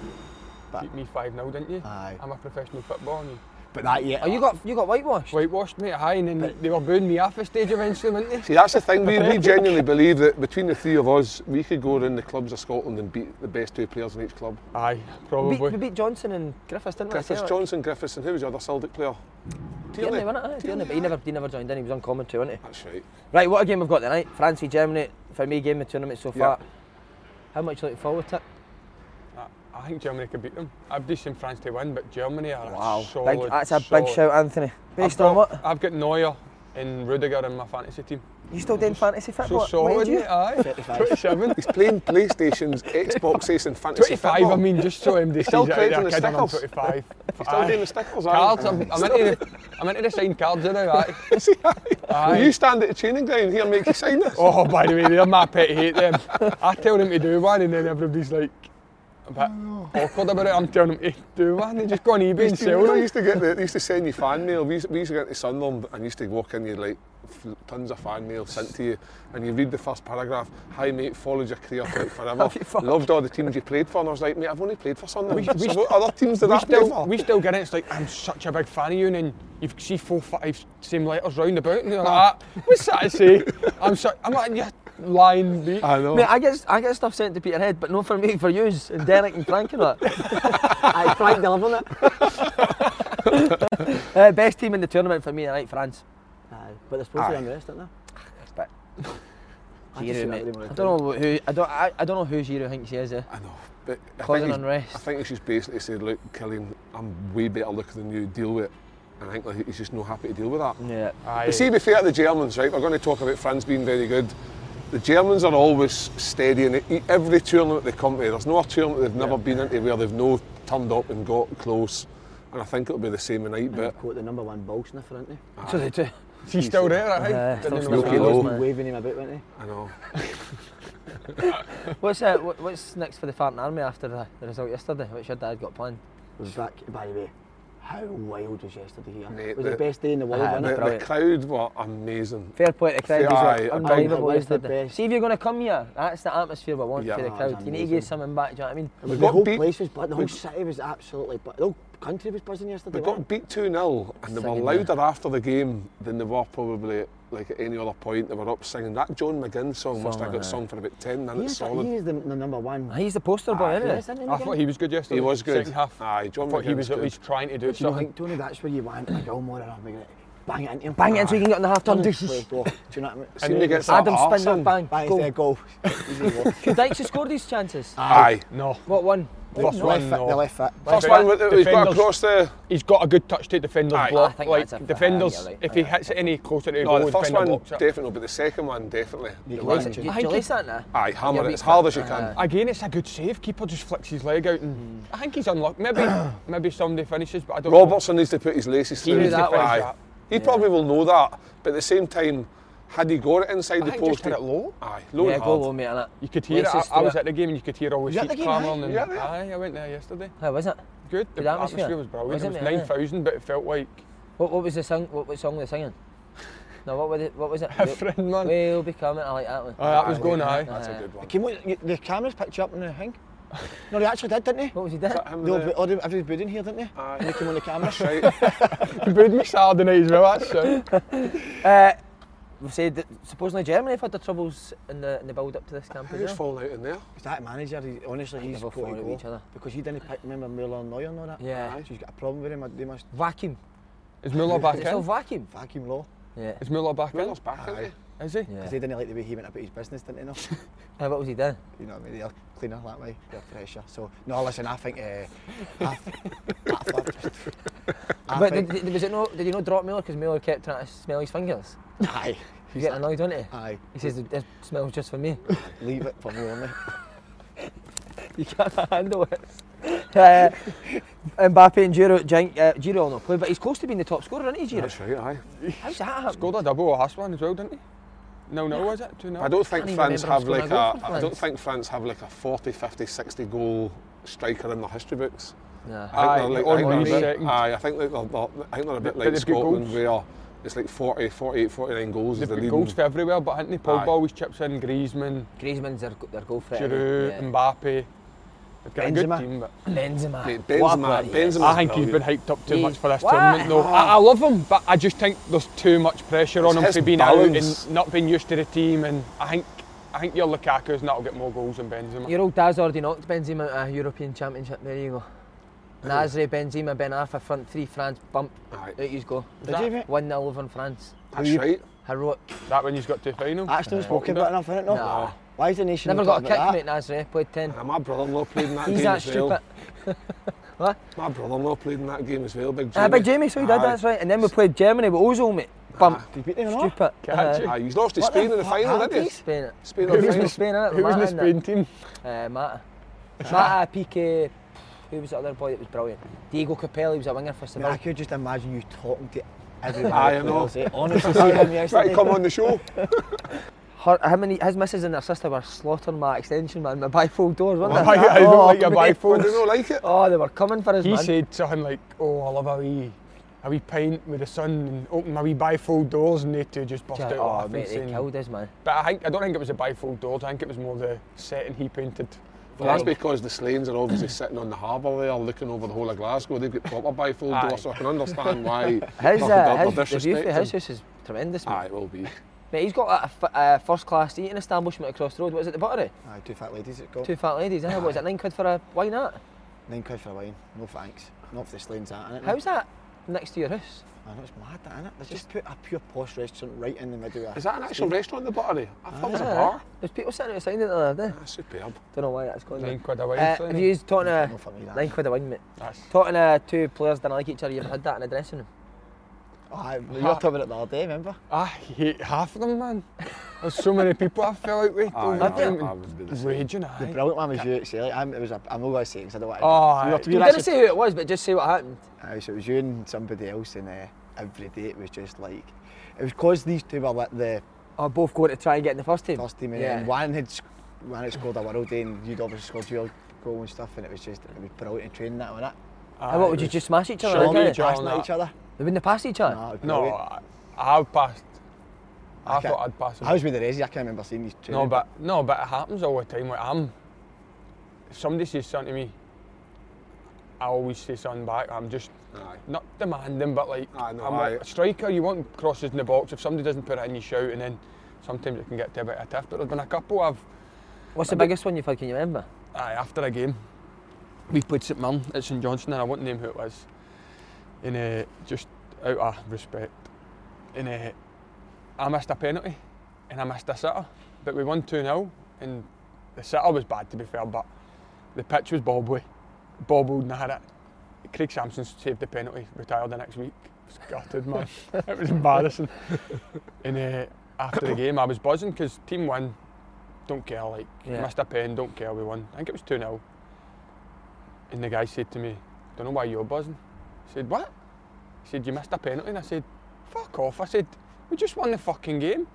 Beat me 5 0, didn't you?
Aye.
I'm a professional footballer. and you
But that yeah.
Oh, you got you got whitewashed.
Whitewashed, mate, aye, and then they were booing me off the stage eventually, weren't they?
See, that's the thing. We, we genuinely believe that between the three of us, we could go around the clubs of Scotland and beat the best two players in each club.
Aye,
We beat, we
probably.
beat Johnson and Griffiths, didn't we?
Griffiths, Johnson, Griffiths, and who was the other Celtic player? eh?
Tierney, wasn't it? Aye, Tierney, but he never, he never joined in. He was on commentary, wasn't he?
That's right.
Right, what a game we've got tonight. France v Germany. For me, game of the tournament so far. How much looking forward to it?
I, I think Germany could beat them. I've just seen France to win, but Germany are
Wow,
a solid,
big, that's a
solid.
big shout, Anthony. Based on
got-
what?
I've got Neuer and Rudiger in my fantasy team.
You still doing fantasy
So
football? Why
solid,
do you?
mate, aye.
35.
27.
He's playing PlayStations, Xboxes, and fantasy
25,
football.
I mean, just so MD
Still
sees it,
trading
I'm
the
kidding, I'm
stickers.
25.
He's still
Aye.
doing the stickers,
Cards, I'm,
aren't
I'm, into the, I'm into the signed cards you know, aye.
you?
aye.
You stand at the training ground here and make you sign this.
Oh, by the way, they're my pet hate them. I tell them to do one and then everybody's like a bit awkward about it. I'm telling them to do one and just go on eBay and
Do you
sell
know they
them.
used to get the, they used to send you fan mail. We used, we used to get to Sunderland and used to walk in, you like f- tons of fan mail sent to you, and you read the first paragraph. Hi mate, followed your career quite forever. Loved all the teams you played for, and I was like, mate, I've only played for Sunderland.
We- we
so
st-
what other teams did
We
I play
still,
for?
we still get it. It's like, I'm such a big fan of you. And then you see four, five same letters round about and you're like, "Ah, what's that to say? I'm, so, I'm like, you're lying, mate.
I know.
Mate, I get I get stuff sent to Peterhead, but not for me, for yous and Derek and Frank and that.
Aye, Frank delivering it.
Uh, best team in the tournament for me tonight, France.
Aye. But they're supposed
Aye.
to be unrest, aren't they?
But-
I just
Giroud,
think
mate.
everyone
I
would
don't know who I don't I, I don't know who Giroud thinks he is. Eh?
I know. But I think,
Causing
he's, I
unrest.
think he's just basically said, look, Killian, I'm way better looking than you, deal with it. And I think like, he's just not happy to deal with that.
Yeah.
Aye.
But see, to be fair to the Germans, right? We're going to talk about France being very good. The Germans are always steady in e- every tournament they come to. There's no a tournament they've never been into where they've no turned up and got close. And I think it'll be the same tonight,
And
but
they've got the number one ball sniffer, aren't they?
So they do.
Is he still there, I think?
Uh,
Didn't
still
know
Okay,
They've
no.
always
what it was.
been waving him about, weren't
I know.
What's uh, what- what's next for the Farton Army after the, the result yesterday? Which your dad got planned?
they? Was that, by the way, how wild was yesterday here?
Mate,
it was the,
the- Ah,
best day in the world,
Aye,
The,
wasn't it?
mate.
the
Brilliant.
crowd were amazing.
Fair play to the crowd.
Fair-
these were
aye, a big
unbelievable
one. It was the
yesterday.
best.
See if you're going to come here, that's the atmosphere we want
Yeah.
for the
Ah,
it was
crowd. You need to
amazing.
give something back. Do you know what I mean?
It was
We
the
got
whole
beat-
place was buzzing, the
we-
whole city was absolutely buzzing, the whole country was buzzing yesterday.
They
wasn't
got beat 2 0 and they were
Singing,
louder after the game than they were probably like at any other point. They were up singing. That John McGinn song must
Song,
have got
aye.
sung for about 10
it? he
minutes
is,
solid.
he is the, the number one.
He's the poster boy, isn't he?
Yes, isn't he,
I
again?
thought he was good yesterday.
He was good.
Second half.
Aye, John
I thought he was
McGinn was
at
good.
least trying to do
Do you not
something.
think, Tony, that's where you want a Gilmore or a McGregor? Bang it into him.
Bang it in so you can get on the half turn.
Turn his play door. Do you know what I mean?
Seemed to get
Adam
that arse
Spindler,
in.
bang.
Bang
goal.
into a goal.
Could Dykes have scored these chances?
Aye.
No.
What one?
First
The
one,
left foot,
no.
The left foot.
First
Defend-
one, with it, he's got
defenders-
across the.
He's got a good touch to defenders
Aye.
block.
I think
like
that's a-
defenders,
aye, yeah, like-
if he hits it any closer to the
No,
goal,
oh, the first
defender
one
blocks it.
definitely, but the second one definitely. The
can
one-
raise it.
I guess that now.
Aye, hammer
eh? Yeah,
it as
we- eh?
hard as you
aye.
can.
Again, it's a good save. Keeper just flicks his leg out, and
Mm.
I think he's unlucky. Maybe, maybe somebody finishes, but I don't. know.
Robertson needs to put his laces
He
through.
needs to
Aye.
finish that.
He probably will know that, but at the same time, had he got it inside
I
the
think just
post,
hit it low.
aye, low
yeah,
and
go
hard.
low, mate. innit?
You could hear
Laces
it. I, I
through
was
it.
at the game, and you could hear all the
You was at
seats
the game, aye?
clamour. and-
Yeah, yeah.
Aye, I went there yesterday.
How was it?
Good. The,
Good atmosphere.
atmosphere was brilliant.
Was
it
it,
was
mate? Aye.
nine thousand, but it felt like
What, what was the song? What, what song were they singing? No, what, were they, what was it?
a friend, man.
We'll be coming. I like that one.
Aye, that was going high.
That's a good one.
Can we, you- the cameras picked you up on the thing? No, they actually did, didn't they?
What was he doing?
Him
They all,
there.
all, the- every booed in here, didn't they?
Aye.
And they came on the camera.
Right.
Booed me Saturday night as well. That's so.
Uh, we've said that supposedly Germany have had their troubles in the, in the build up to this campaign. eh?
Who's falling out in there?
that manager, he, honestly, he's
They've all
got
fallen
to
out
go.
with each other.
Because he didn't pick, remember, Muller and Neuer and all that?
Yeah.
So he's got a problem with him. They must
Vacuum.
Is Muller back
It's all
in?
vacuum.
vacuum law.
Yeah.
Is Muller back in?
Miller's back, isn't he?
Is he?
yeah.
Because they didn't like the way he went about his business, didn't they? No?
Aye, what was he doing?
you know what I mean? They're cleaner that way, they're fresher. So, no, listen, I think. Uh, I, th- I, th- I
but
think.
did, did, was it no, did he not drop Miller because Miller kept trying to smell his fingers?
aye.
He's getting annoyed, wasn't he?
Aye.
He says, this smells just for me.
Leave it for me only.
you can't handle it. Uh, Mbappe and Giroud, Gin- uh, Giroud will not play, but he's close to being the top scorer, isn't he, Giroud?
That's right, aye.
How's that happened?
Scored a double last one as well, didn't he? No, no, was it? Two no.
I don't
I
think
can't even
France have
remember us
like
scoring a
a.
goal for
I don't
France.
think France have like a 40, 50, 60 goal striker in the history books.
Nah.
I
Aye,
think they're like,
Henri's
I think they're a bit,
second.
aye, I think that they're, they're, I think they're a bit
But
like
they've got
Scotland
goals.
where it's like 40, 48, 49 goals
They've
is
got
the leading.
goals for everywhere, but haven't they? Pogba
Aye.
always chips in, Griezmann,
Griezmann's their, their goal threat.
Giroud,
yeah.
Mbappe. They've got a
Benzema.
good team, but
Benzema.
Mate,
What a
Benzema,
player he is.
Benzema's
I think he's
brilliant.
been hyped up too
He-
much for this
What?
tournament, though. I, I love him, but I just think there's too much pressure on
It's
him
his
for being out
balance.
and not being used to the team. And I think, I think your Lukaku's not will get more goals than Benzema.
Your old dad's already knocked Benzema out of European Championship. There you go. Nasri, Benzema, Ben Arfa, front three, France, bump.
Aye.
Out you go.
Did you, mate?
1 0 over France.
That's right.
Heroic.
That when he's got to final.
Actually, we've spoken about enough, innit? No.
Nah.
Why is the nation
Never
not
got a
talking
kick,
about
mate, Nasri. Played 10.
And my brother-in-law played in that
He's
game
that
as
stupid.
well. My brother-in-law played in that game as well, Big Jamie.
Ah, Big Jamie, so he did,
Aye.
that's right. And then we played Germany with Ozil, mate. Bump.
that? Did you beat them or not?
Stupid.
Catch
Uh,
Aye, he's lost to
What the
Spain in the
fuck
final, didn't he?
happened?
Spain it.
Spain
Who
in the
was in
final.
Spain, innit?
Who was in
Mata,
the
innit?
Spain team?
Uh, Mata. Mata, Piqué, who was the other boy that was brilliant? Diego Capelli was a winger for
I, mean, I
Sevilla.
could just imagine you talking to everybody.
Aye, I
who
know.
was there. Honestly, see him
Try to
yesterday.
come on the show.
Her, him and he- his missus and her sister were slaughtering my extension, man. My bifold doors, weren't they?
Aye, I don't
Oh,
like your
mate.
Well, they
bifolds.
don't like it.
Oh, they were coming for us,
He
man.
said something like, "Oh, I love a wee, a wee pint with the sun and open my wee bifold doors," and they two just burst out
oh,
laughing.
mate, they
saying-
killed us, man.
But I think I don't think it was the bifold doors. I think it was more the setting he painted.
Well, that's because the Slanes are obviously sitting on the harbour there, looking over the whole of Glasgow. They've got proper bifold
Aye.
doors, so I can understand why
His,
they're-
uh,
they're-
his,
they're
the view for his
disrespecting.
house is tremendous, mate.
Aye, it will be.
Mate, he's got like, a, f- uh, a first-class eating establishment across the road. What is it, the Buttery?
Aye, two fat ladies that got
Two fat ladies, eh? What is it, nine quid for a... Why not?
nine quid for a wine. No thanks. Not for the slains, that, innit?
How's that? next to your house.
I know it's mad, that, innit? They just put a pure posh restaurant right in the middle of
Is that an actual restaurant, the Buttery? I thought it was a
Aye.
bar.
There's people sitting outside it the other day.
Ah, superb.
Don't know why that's going
Nine
on.
quid a wine,
Uh,
Simon.
have you talking
No, for me,
to
that.
nine quid a wine, mate?
That's-
Talking to two players that like each other, you've had that in the dressing room.
Oh, aye, we were talking about it the other day, remember?
I hate half of them, man. There's so many people I fell out with.
Aye,
Don't
aye,
think-
I would be the same.
Raging,
The
aye.
brilliant one was you at Celtic. I'm, it was a, I'm not going to say because I don't want to.
Oh,
you have to
aye.
be
You
like-
didn't say who it was, but just say what happened.
Aye, so it was you and somebody else, and uh, every day it was just like. It was because these two were like the
Oh, both going to try and get in the first team.
first team, and
Yeah.
then one had, sc- one had scored a world day, and you'd obviously scored your goal and stuff, and it was just, it was brilliant in training that one. It.
Aye,
And what, would
it
you
was-
just smash each other?
Surely
like that?
John-
Passing at each other.
They wouldn't pass each other?
No, it was
No,
brilliant.
I, I've passed. I,
can't-
thought I'd passed.
I was with the Resi, I can't remember seeing these two.
No, but no, but it happens all the time. Like I'm, if somebody says something to me, I always say something back. I'm just
Aye.
not demanding, but like
Aye, no,
I'm
aye.
like, a striker. You want crosses in the box. If somebody doesn't put it in, you shout, and then sometimes it can get to a bit of a tiff. But there's been a couple I've
What's the biggest one you've had, can you remember?
Aye, after a game, we played St Mirren at St Johnston, and I won't name who it was. And uh, just out of respect, and uh, I missed a penalty, and I missed a sitter, but we won 2 0, and the sitter was bad to be fair, but the pitch was bobbly, bobbled and I had it. Craig Sampson saved the penalty, retired the next week. Gutted, man. it was embarrassing. and uh, after the game, I was buzzing because team won. Don't care, like
Yeah.
missed a pen. Don't care, we won. I think it was two 0 And the guy said to me, "Don't know why you're buzzing." I said, "What?" He said, "You missed a penalty." And I said, "Fuck off." I said, "We just won the fucking game."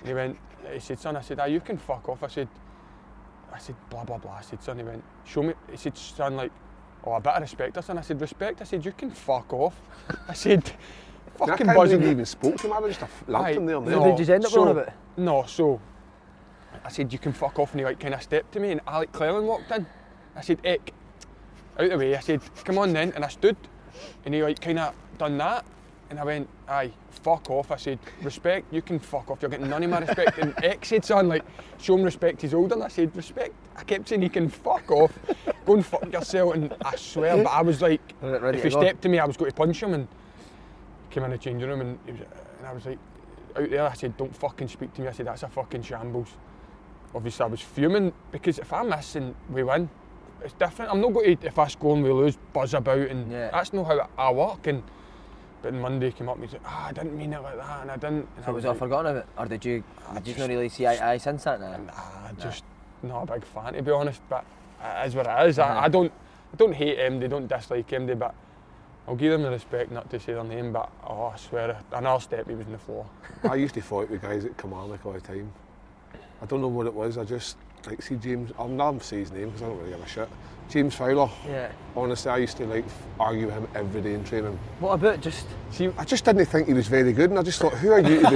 And he went. He said, "Son," I said, "Ah, you can fuck off." I said, "I said blah blah blah." I said, "Son," he went, "Show me." He said, "Son, like." Oh, I better respect us. And I said, respect? I said, you can fuck off. I said,
I
fucking
can't believe you
buzzing.
even spoke to him. I was just a
Aye,
lamped him there.
no,
No.
Who did you end up
so-
going about?
No, so I said, you can fuck off. And he like kind of stepped to me and Alec Cleland walked in. I said, Ick, out the way. I said, come on then. And I stood and he like kind of done that. And I went, aye, fuck off. I said, respect, you can fuck off. You're getting none of my respect. And Ick said, son, like, show him respect. He's older. And I said, respect. I kept saying, he can fuck off. Go and fuck yourself. And I swear, but I was like,
Right, ready
if
to
he
go.
stepped to me, I was going to punch him. And came in the changing room and, he was, and I was like, out there, I said, don't fucking speak to me. I said, that's a fucking shambles. Obviously, I was fuming because if I miss and we win, it's different. I'm not going to, if I score and we lose, buzz about and
Yeah.
that's not how I work. And but then Monday he came up and he said, ah, I didn't mean it like that, and I didn't. And I
So was
was
all
like,
forgotten about? Or did you, did you not really see eye to eye since that now?
nah, just not a big fan to be honest. But it is what it is. I, I don't, I don't hate MD, don't dislike MD, but I'll give them the respect not to say their name. But oh, I swear, another step he was on the floor.
I used to fight with guys at Kilmarnock all the time. I don't know what it was. I just, like, see James, I'll not say his name because I don't really give a shit. James Fowler.
Yeah.
Honestly, I used to, like, argue with him every day in training.
What about just,
See,
I just didn't think he was very good, and I just thought, who are you to be?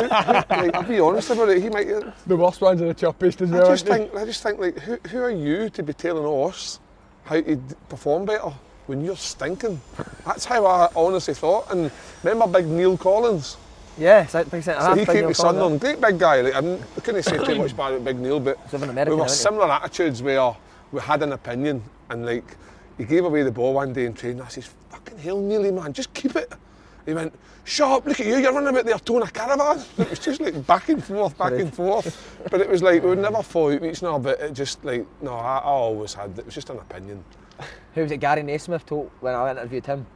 who, who, like, I'll be honest about it. He might. uh,
The worst ones are the choppiest as well.
I just
aren't
think. I just think like, who, who are you to be telling us how to d- perform better when you're stinking? That's how I honestly thought. And remember, big Neil Collins.
yeah, so big centre
So
half,
he
big
came
Neil
to
Collins.
Sunderland, great big guy. Like, I, mean, I couldn't say too much bad about Big Neil, but
He's of an American,
we were
isn't he?
similar attitudes where we had an opinion and like he gave away the ball one day in training. I says, "Fucking hell, Neely, man, just keep it." He went, "Shut up! Look at you! You're running about there towing a caravan." It was just like back and forth, back and forth. But it was like we would never fall out with each other. But it just like no, I, I always had it was just an opinion.
Who was it? Gary Naismith told when I interviewed him.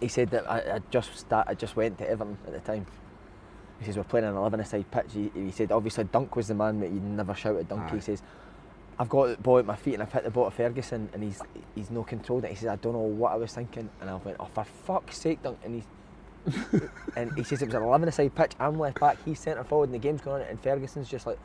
He said that I, I just start, I just went to Everton at the time. He says we're playing an 11 side pitch. He, he said obviously Dunk was the man that you never shouted Dunk. He says I've got the ball at my feet and I've hit the ball to Ferguson and he's he's no controlled it. He says I don't know what I was thinking and I went oh for fuck's sake Dunk and he and he says it was an 11 side pitch. I'm left back. He's centre forward and the game's going on and Ferguson's just like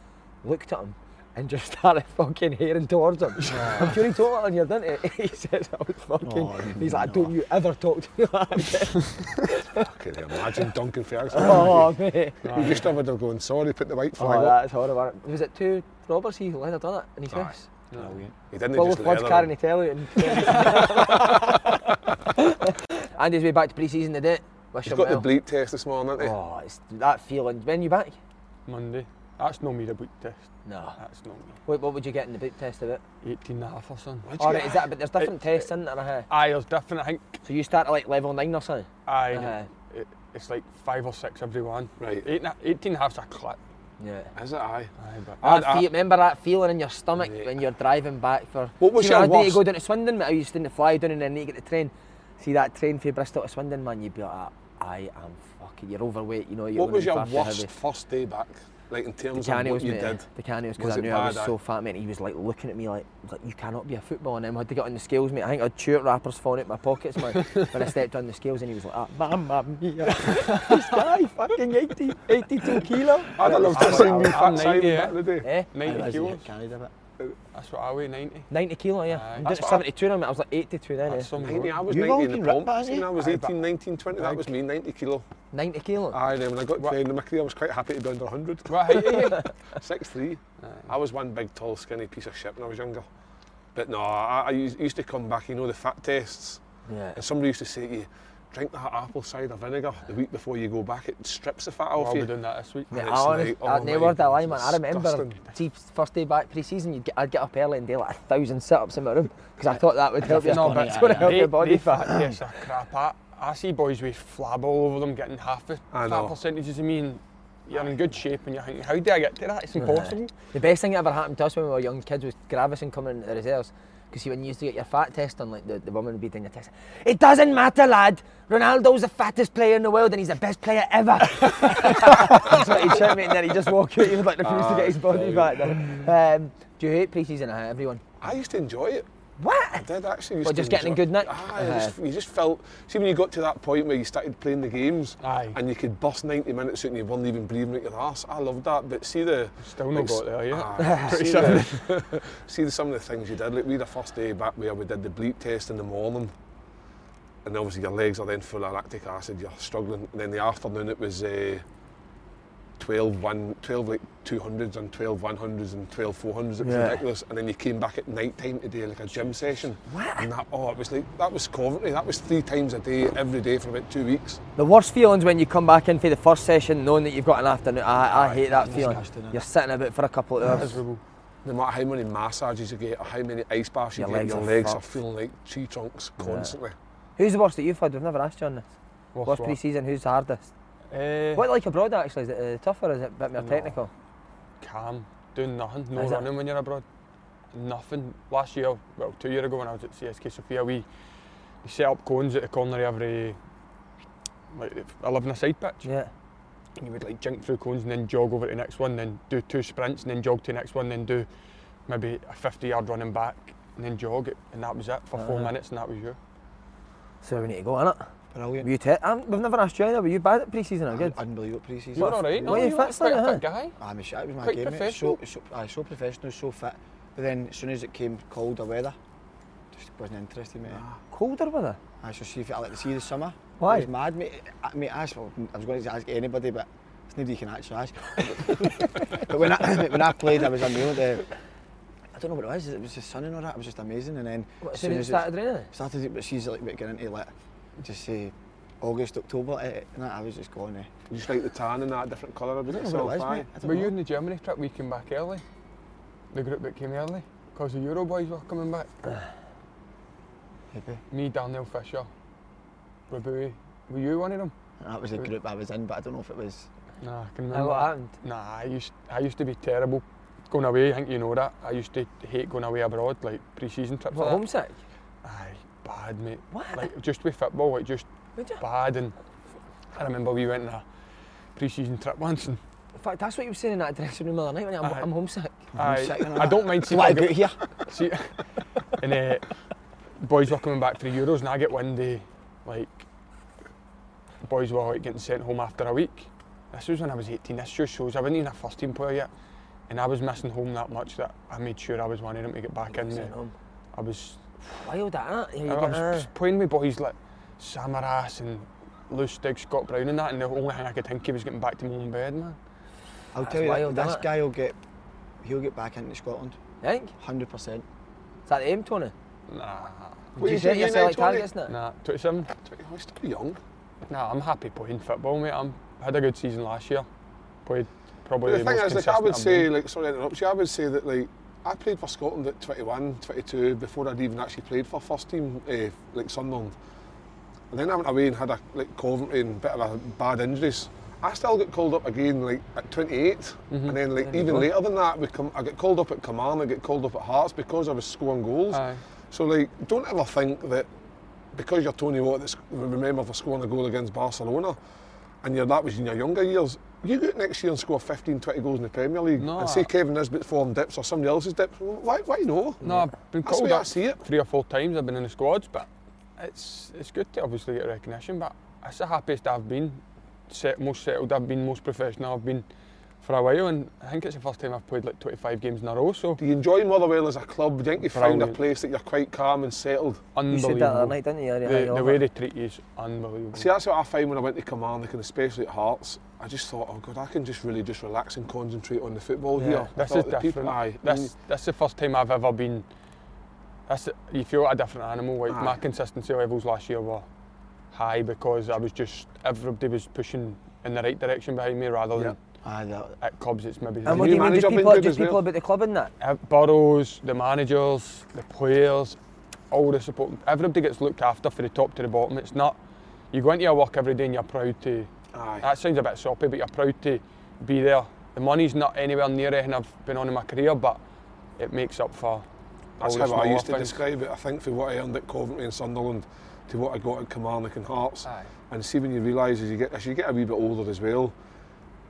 looked at him. And just started fucking hearing towards him. I'm sure he told it on your didn't he? He says I was fucking.
Oh,
he's like, don't you ever talk to me like that.
Can you imagine Duncan Ferguson?
oh, mate.
You just over there going, "Sorry, put the white flag
Oh,
up."
that's horrible. Was it two robbers he let have done it in his
Aye.
house?
He didn't
Well,
just
with
let
Hodge
the other
carrying
one-
the telly and. Andy's way back to pre season today. Wish
He's
him
got the
well.
bleep test this morning, hasn't he?
Oh, it's that feeling. When you back?
Monday. That's no me the book test.
No.
That's no me.
What, what would you get in the boot test of it?
18 and a half or something.
What'd you
All
get?
right, is that? But there's different
It-
tests, isn't there? uh-huh.
Aye, there's different. I think
So you start at like level nine or something.
aye,
Uh-huh.
it, it's like five or six every one.
Right.
Eight, and a- 18 and a half's a clip.
Yeah.
Is it aye?
Aye, but
That
I- I-
feel, remember that feeling in your stomach
Yeah.
when you're driving back for.
What was
See, when
your
I need to
worst-
go down to Swindon, mate. I used to fly down and then need to get the train. See that train from Bristol to Swindon, man. You'd be like, ah, I am fucking. You're overweight, you know. You're
What was your
gonna be fat, you're
worst
heavy.
first day back? Like in
The
terms of
Canio's,
what you
mate.
did?
The Canio's,
Was
because I
it
knew
bad,
I was
aye?
so fat, mate. He was like looking at me like, he was like, you cannot be a footballer. And then I had to get on the scales, mate. I think I'd shirt wrappers falling out my pockets, man. when I stepped on the scales, and he was like, ah, mamma mia. this guy, fucking 80, 82 kilo.
I don't
I
know.
was-
I've seen
I
me
was-
fat
I'm
Simon
90,
back in the day.
Eh?
Aye,
90
as you
kilos.
get carried a bit.
That's what I weigh, 90.
90 kilo, yeah.
Aye.
I'm
That's
just 72 now, mate. I was like 82 then, yeah.
That's some
90, I was
You've
90
all
in
been
the pump.
ripped, haven't
See,
you?
I was
Aye, but-
18, 19, 20. That was me, 90 kilo.
90 kilo.
Aye, then when I got to
What-
the end of my career, I was quite happy to be under 100.
What height are you?
6'3".
Aye.
I was one big, tall, skinny piece of shit when I was younger. But no, I, I used used to come back, you know, the fat tests.
Yeah.
And somebody used to say to you, drink that apple cider vinegar the week before you go back. It strips the fat
Well,
off
I'll be
you.
doing that this week.
Yeah.
Mate,
And
I
it's
honest,
like,
I
oh
never
my
heard that lie, man.
God,
I remember
disgusting.
see, first day back pre-season, you'd get, I'd get up early and do like a thousand sit-ups in my room because I thought that would help you.
No, but
it's going to
they-
help
They-
your body
they
fat.
fat tests are crap. I, I see boys with flab all over them getting half the
I
fat
know.
percentages of me and you're in good shape and you're thinking, how do I get to that? It's impossible.
The best thing that ever happened to us when we were young kids was Gravison coming into the reserves. Because when you used to get your fat test done, like the, the woman would be doing your test. It doesn't matter, lad. Ronaldo's the fattest player in the world and he's the best player ever. That's what he'd shout, mate, and then he'd just walk out. He would like refuse
Ah,
to get his body back. Then. Um, do you hate pre-season? Uh, everyone.
I used to enjoy it. I
What?
did actually. Used
Well,
to
just getting a
enjoy-
good nick?
Uh-huh.
Aye, I just, you just felt. See, when you got to that point where you started playing the games
Aye.
and you could bust 90 minutes out and you weren't even breathing out your arse, I loved that. But see the.
Still not got there yet.
Aye,
Pretty
see,
sure.
the, see the, some of the things you did. Like, we had a first day back where we did the bleep test in the morning. And obviously, your legs are then full of lactic acid, you're struggling. And then the afternoon, it was. Uh, 12, one, 12 like 200s and 12 100s and 12 400s. It was
Yeah.
ridiculous. And then you came back at night time today, like a gym session. And that, oh, it was like, that was Coventry. That was three times a day, every day for about two weeks.
The worst feelings when you come back in for the first session knowing that you've got an afternoon. I, I hate that feeling.
disgusting, innit?
You're sitting about for a couple of hours.
Miserable.
No matter how many massages you get or how many ice baths you
Your
get,
legs
your
are
legs are
fucked.
feeling like tree trunks constantly.
Who's the worst that you've had? We've never asked you on this.
What's
Worst
what?
pre-season, who's the hardest?
Eh,
What like abroad actually? Is it uh, tougher? Is it a bit more technical?
Calm, doing nothing, no
Is it?
running when you're abroad. Nothing. Last year, well, two years ago when I was at CSK Sofia, we they set up cones at the corner of every like I live in a side pitch.
Yeah.
And you would like jink through cones and then jog over to the next one, then do two sprints and then jog to the next one, then do maybe a 50 yard running back and then jog it. And that was it for four
Uh-huh.
minutes and that was you.
So we need to go on it.
Brilliant.
Were you te- um, we've never asked you either. Were you bad at pre-season or good?
Unbelievable pre-season.
You were alright,
Well,
no?
you
You were
fixed
quite
it,
a
huh?
fit guy.
Ah, my shit, it was my
Quite
game. Mate. So,
professional.
so, aye, so professional, so fit. But then as soon as it came colder weather, just wasn't interested, mate.
Ah.
Colder weather.
I so see if I like to see the summer.
Why?
It was mad, mate. I, mate, I, well, I was going to ask anybody, but it's nobody you can actually ask. but when I, when I played, I was unreal. The, I don't know what it was. It was the sun and all that. It was just amazing. And then
What, as soon as it started raining?
started, it- but she's like about getting into like just say August, October, eh, eh, and that, I was just going. Eh.
You Just like the tan and that different colour about
I don't know what it
itself.
was,
aye.
mate. I don't
Were
know.
you in the Germany trip? We came back early. The group that came early because the Euro boys were coming back.
Maybe.
Me, Daniel Fisher, Rabui. Were you one of them?
And that was the group I was in, but I don't know if it was.
Nah, I can
And
remember.
what happened?
Nah, I used I used to be terrible going away. I think you know that. I used to hate going away abroad, like pre-season trips.
What,
like that.
homesick?
Aye, bad mate.
What?
Like just with football, like just
Would you?
bad. And I remember we went on a pre-season trip once, and
In fact, that's what you were saying in that dressing room the other night. When I'm,
Aye.
I'm homesick.
I,
sick and all
I
that.
don't mind
See
seeing
what I
a gr-
got here?
See, and uh, boys were coming back for the Euros, and I get one day, like, boys were like, getting sent home after a week. This was when I was 18. This just shows I wasn't even a first team player yet, and I was missing home that much that I made sure I was one of them to get back in.
Sent
There.
home.
I was,
Wild that. innit? Yeah,
I,
you
I
get-
was
ah.
playing with boys like Samaras and Lou Stig, Scott Brown, and that, and the only thing I could think of was getting back to my own bed, man.
I'll
That's
tell you,
wild,
that, this
innit?
guy will get, he'll get back into Scotland,
You think?
hundred percent.
Is that the aim, Tony?
Nah,
Do
What you
you set
doing
yourself
now,
like
Tony?
targets now?
nah, 27.
Twenty- oh, he's still young.
Nah, I'm happy playing football, mate. I'm, I had a good season last year. Played probably
But
the,
the thing
most
is, like, I
consistent
would
I've
say,
been.
like, sorry to interrupt you, I would say that, like, I played for Scotland at 21, 22, before I'd even actually played for first team, eh, like Sunderland. And then I went away and had a like Coventry and a bit of a bad injuries. I still got called up again, like at 28,
Mm-hmm.
and then like even later than that, we come, I got called up at Command, I got called up at Hearts because I was scoring goals.
Aye.
So like, don't ever think that because you're Tony Watt, that's remember for scoring a goal against Barcelona, and you're, that was in your younger years. You go out next year and score 15, 20 goals in the Premier League,
No,
and see
I-
Kevin Nisbet form dips or somebody else's dips. Why, why no?
No, I've been
That's the
called
way I
up
see it.
three or four times. I've been in the squads, but it's it's good to obviously get recognition. But it's the happiest I've been, set, most settled I've been, most professional I've been for a while. And I think it's the first time I've played like 25 games in a row. So
Do you enjoy Motherwell as a club? Do you think you found a
Brilliant.
place that you're quite calm and settled?
You
unbelievable.
said that the other night, didn't you? Yeah,
the,
yeah,
the way
"Oh,
they treat you is unbelievable.
See, that's what I find when I went to Kilmarnock and especially at Hearts. I just thought, oh God, I can just really just relax and concentrate on the football
Yeah.
here. I
this
thought
is
the
different.
people- aye,
That's that's the first time I've ever been. That's you feel like a different animal. Like
Aye.
my consistency levels last year were high because I was just everybody was pushing in the right direction behind me rather than
Aye, that,
at clubs it's maybe
Did
And what
you
do you mean?
manage
Just
up in
people,
good
just
as well?
people about the club and that?
Uh, Burrows, the managers, the players, all the support. Everybody gets looked after from the top to the bottom. It's not you go into your work every day and you're proud to.
aye.
That sounds a bit soppy, but you're proud to be there. The money's not anywhere near anything I've been on in my career, but it makes up for.
That's
all the
how I
smaller
used to
things.
describe it. I think for what I earned at Coventry and Sunderland to what I got at Kilmarnock and Hearts.
Aye.
And see when you realise as you get as you get a wee bit older as well,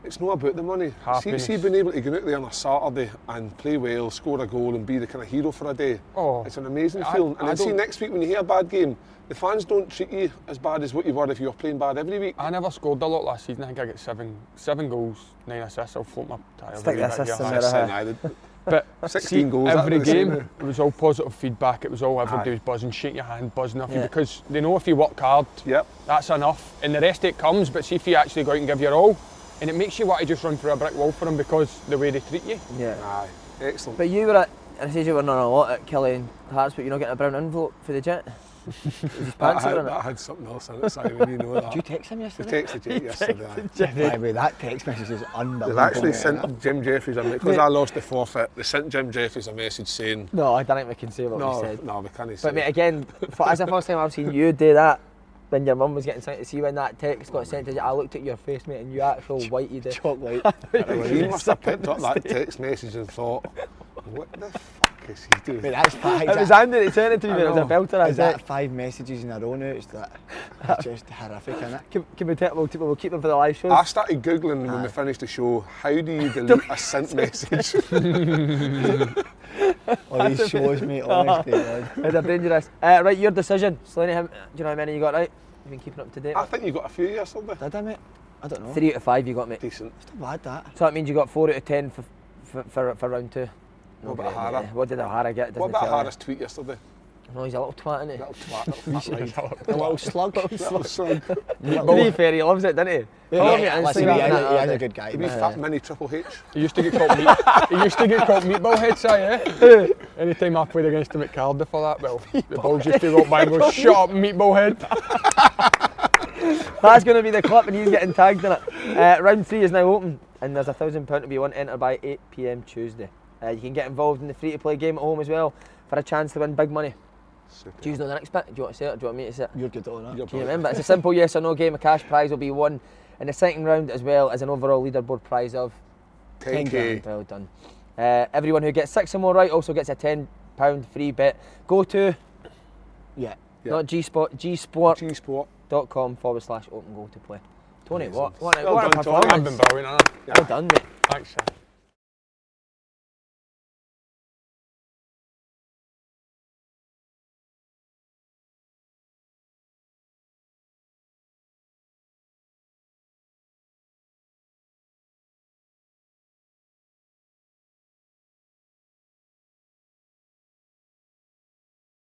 it's not about the money. See,
Happiness.
see being able to go out there on a Saturday and play well, score a goal and be the kind of hero for a day.
Oh,
It's an amazing
I-
feeling. And
I
then see
don't-
next week when you hear a bad game, the fans don't treat you as bad as what you were if you were playing bad every week.
I never scored a lot last season. I think I got seven, seven goals, nine assists. I'll float my title.
Stick the assists in
Aye,
there,
saying,
aye.
aye, the-
But
16
see,
goals,
Every
that'd be the
game,
same.
it was all positive feedback. It was all everybody
Aye.
was buzzing, shaking your hand, buzzing off you
Yeah.
because they know if you work hard,
Yep.
that's enough. And the rest it comes. But see if you actually go out and give your all, and it makes you want to just run through a brick wall for them because the way they treat you.
Yeah.
Aye. Excellent.
But you were at, and I said you were not a lot at Kelly and Hearts, but you're not getting a brown envelope for the jet. Is his
That
pants
had,
are in
that
it?
had something else in it, Simon, you know that.
did you text him
They
yesterday?
texted you yesterday. aye.
By the way, that text message is unbelievable.
They've actually sent Jim Jeffries a message because I lost the forfeit. They sent Jim Jeffries a message saying,
No, I don't think we can say what
"No,
we said.
no, we can't say."
But mate, again, for, as the first time I've seen you do that, when your mum was getting sent to see when that text got sent to you, I looked at your face, mate, and you actual white you did.
Chocolate.
Well, he must have picked up that text message and thought, "What the fuck is he
Mate,
doing?"
that's five.
It was Andy that sent it to me,
I
mate, it was a
know.
belter. I
Is
did.
that five messages in a row now? It's that, it's just horrific, isn't it?
Can, can we tell, we'll, t- we'll keep them for the live shows.
I started googling when we finished the show. How do you delete a sent message?
All these shows, mate, honestly. God.
They're dangerous. Uh, right, your decision. Slaney, how- do you know how many you got right? You've been keeping up to date.
I think you got a few yesterday.
Did I, mate? I don't know.
Three out of five you got, mate.
Decent.
It's not bad, that.
So that means you got four out of ten for for, for, for round two.
What
No,
about
great,
O'Hara?
mate. What did O'Hara get? It doesn't
What about
tell
Harris' tweet yesterday?
you. No, he's a little twat, isn't
Little twat, little fat
A little slug. Oh,
little son.
he? To be fair, he loves it, doesn't he? Oh, mate, I'm
listen,
sleeping
he,
on
is-
that
he
all
is
day.
a good guy,
A wee
mate.
fat mini Triple H.
He used to get called meat. he used to get called meatball head, si, eh? Anytime I played against him at Cardiff for that, well, the balls used to walk by and go, "Shut up, meatball head."
That's going to be the clip, and he's getting tagged in it. Uh, round three is now open, and there's a thousand pound to be won. Enter by 8 p.m. Tuesday. Uh, you can get involved in the free-to-play game at home as well for a chance to win big money. Do you know the next bit? Do you want to say it? Or do you want me to say it?
You're good at all that.
You're
Do you
brilliant.
remember? It's a simple yes or no game. A cash prize will be won in the second round as well as an overall leaderboard prize of
10k.
well done. Uh, everyone who gets six or more right also gets a ten pound free bet. Go to
Yeah.
not G Sport gsport.com
G Sport.
forward slash open goal to play. Tony,
Amazing.
what what,
Well
what
done,
a
Tony.
I've
performance!
been bowing, haven't I?
Well done, mate.
Thanks, sir.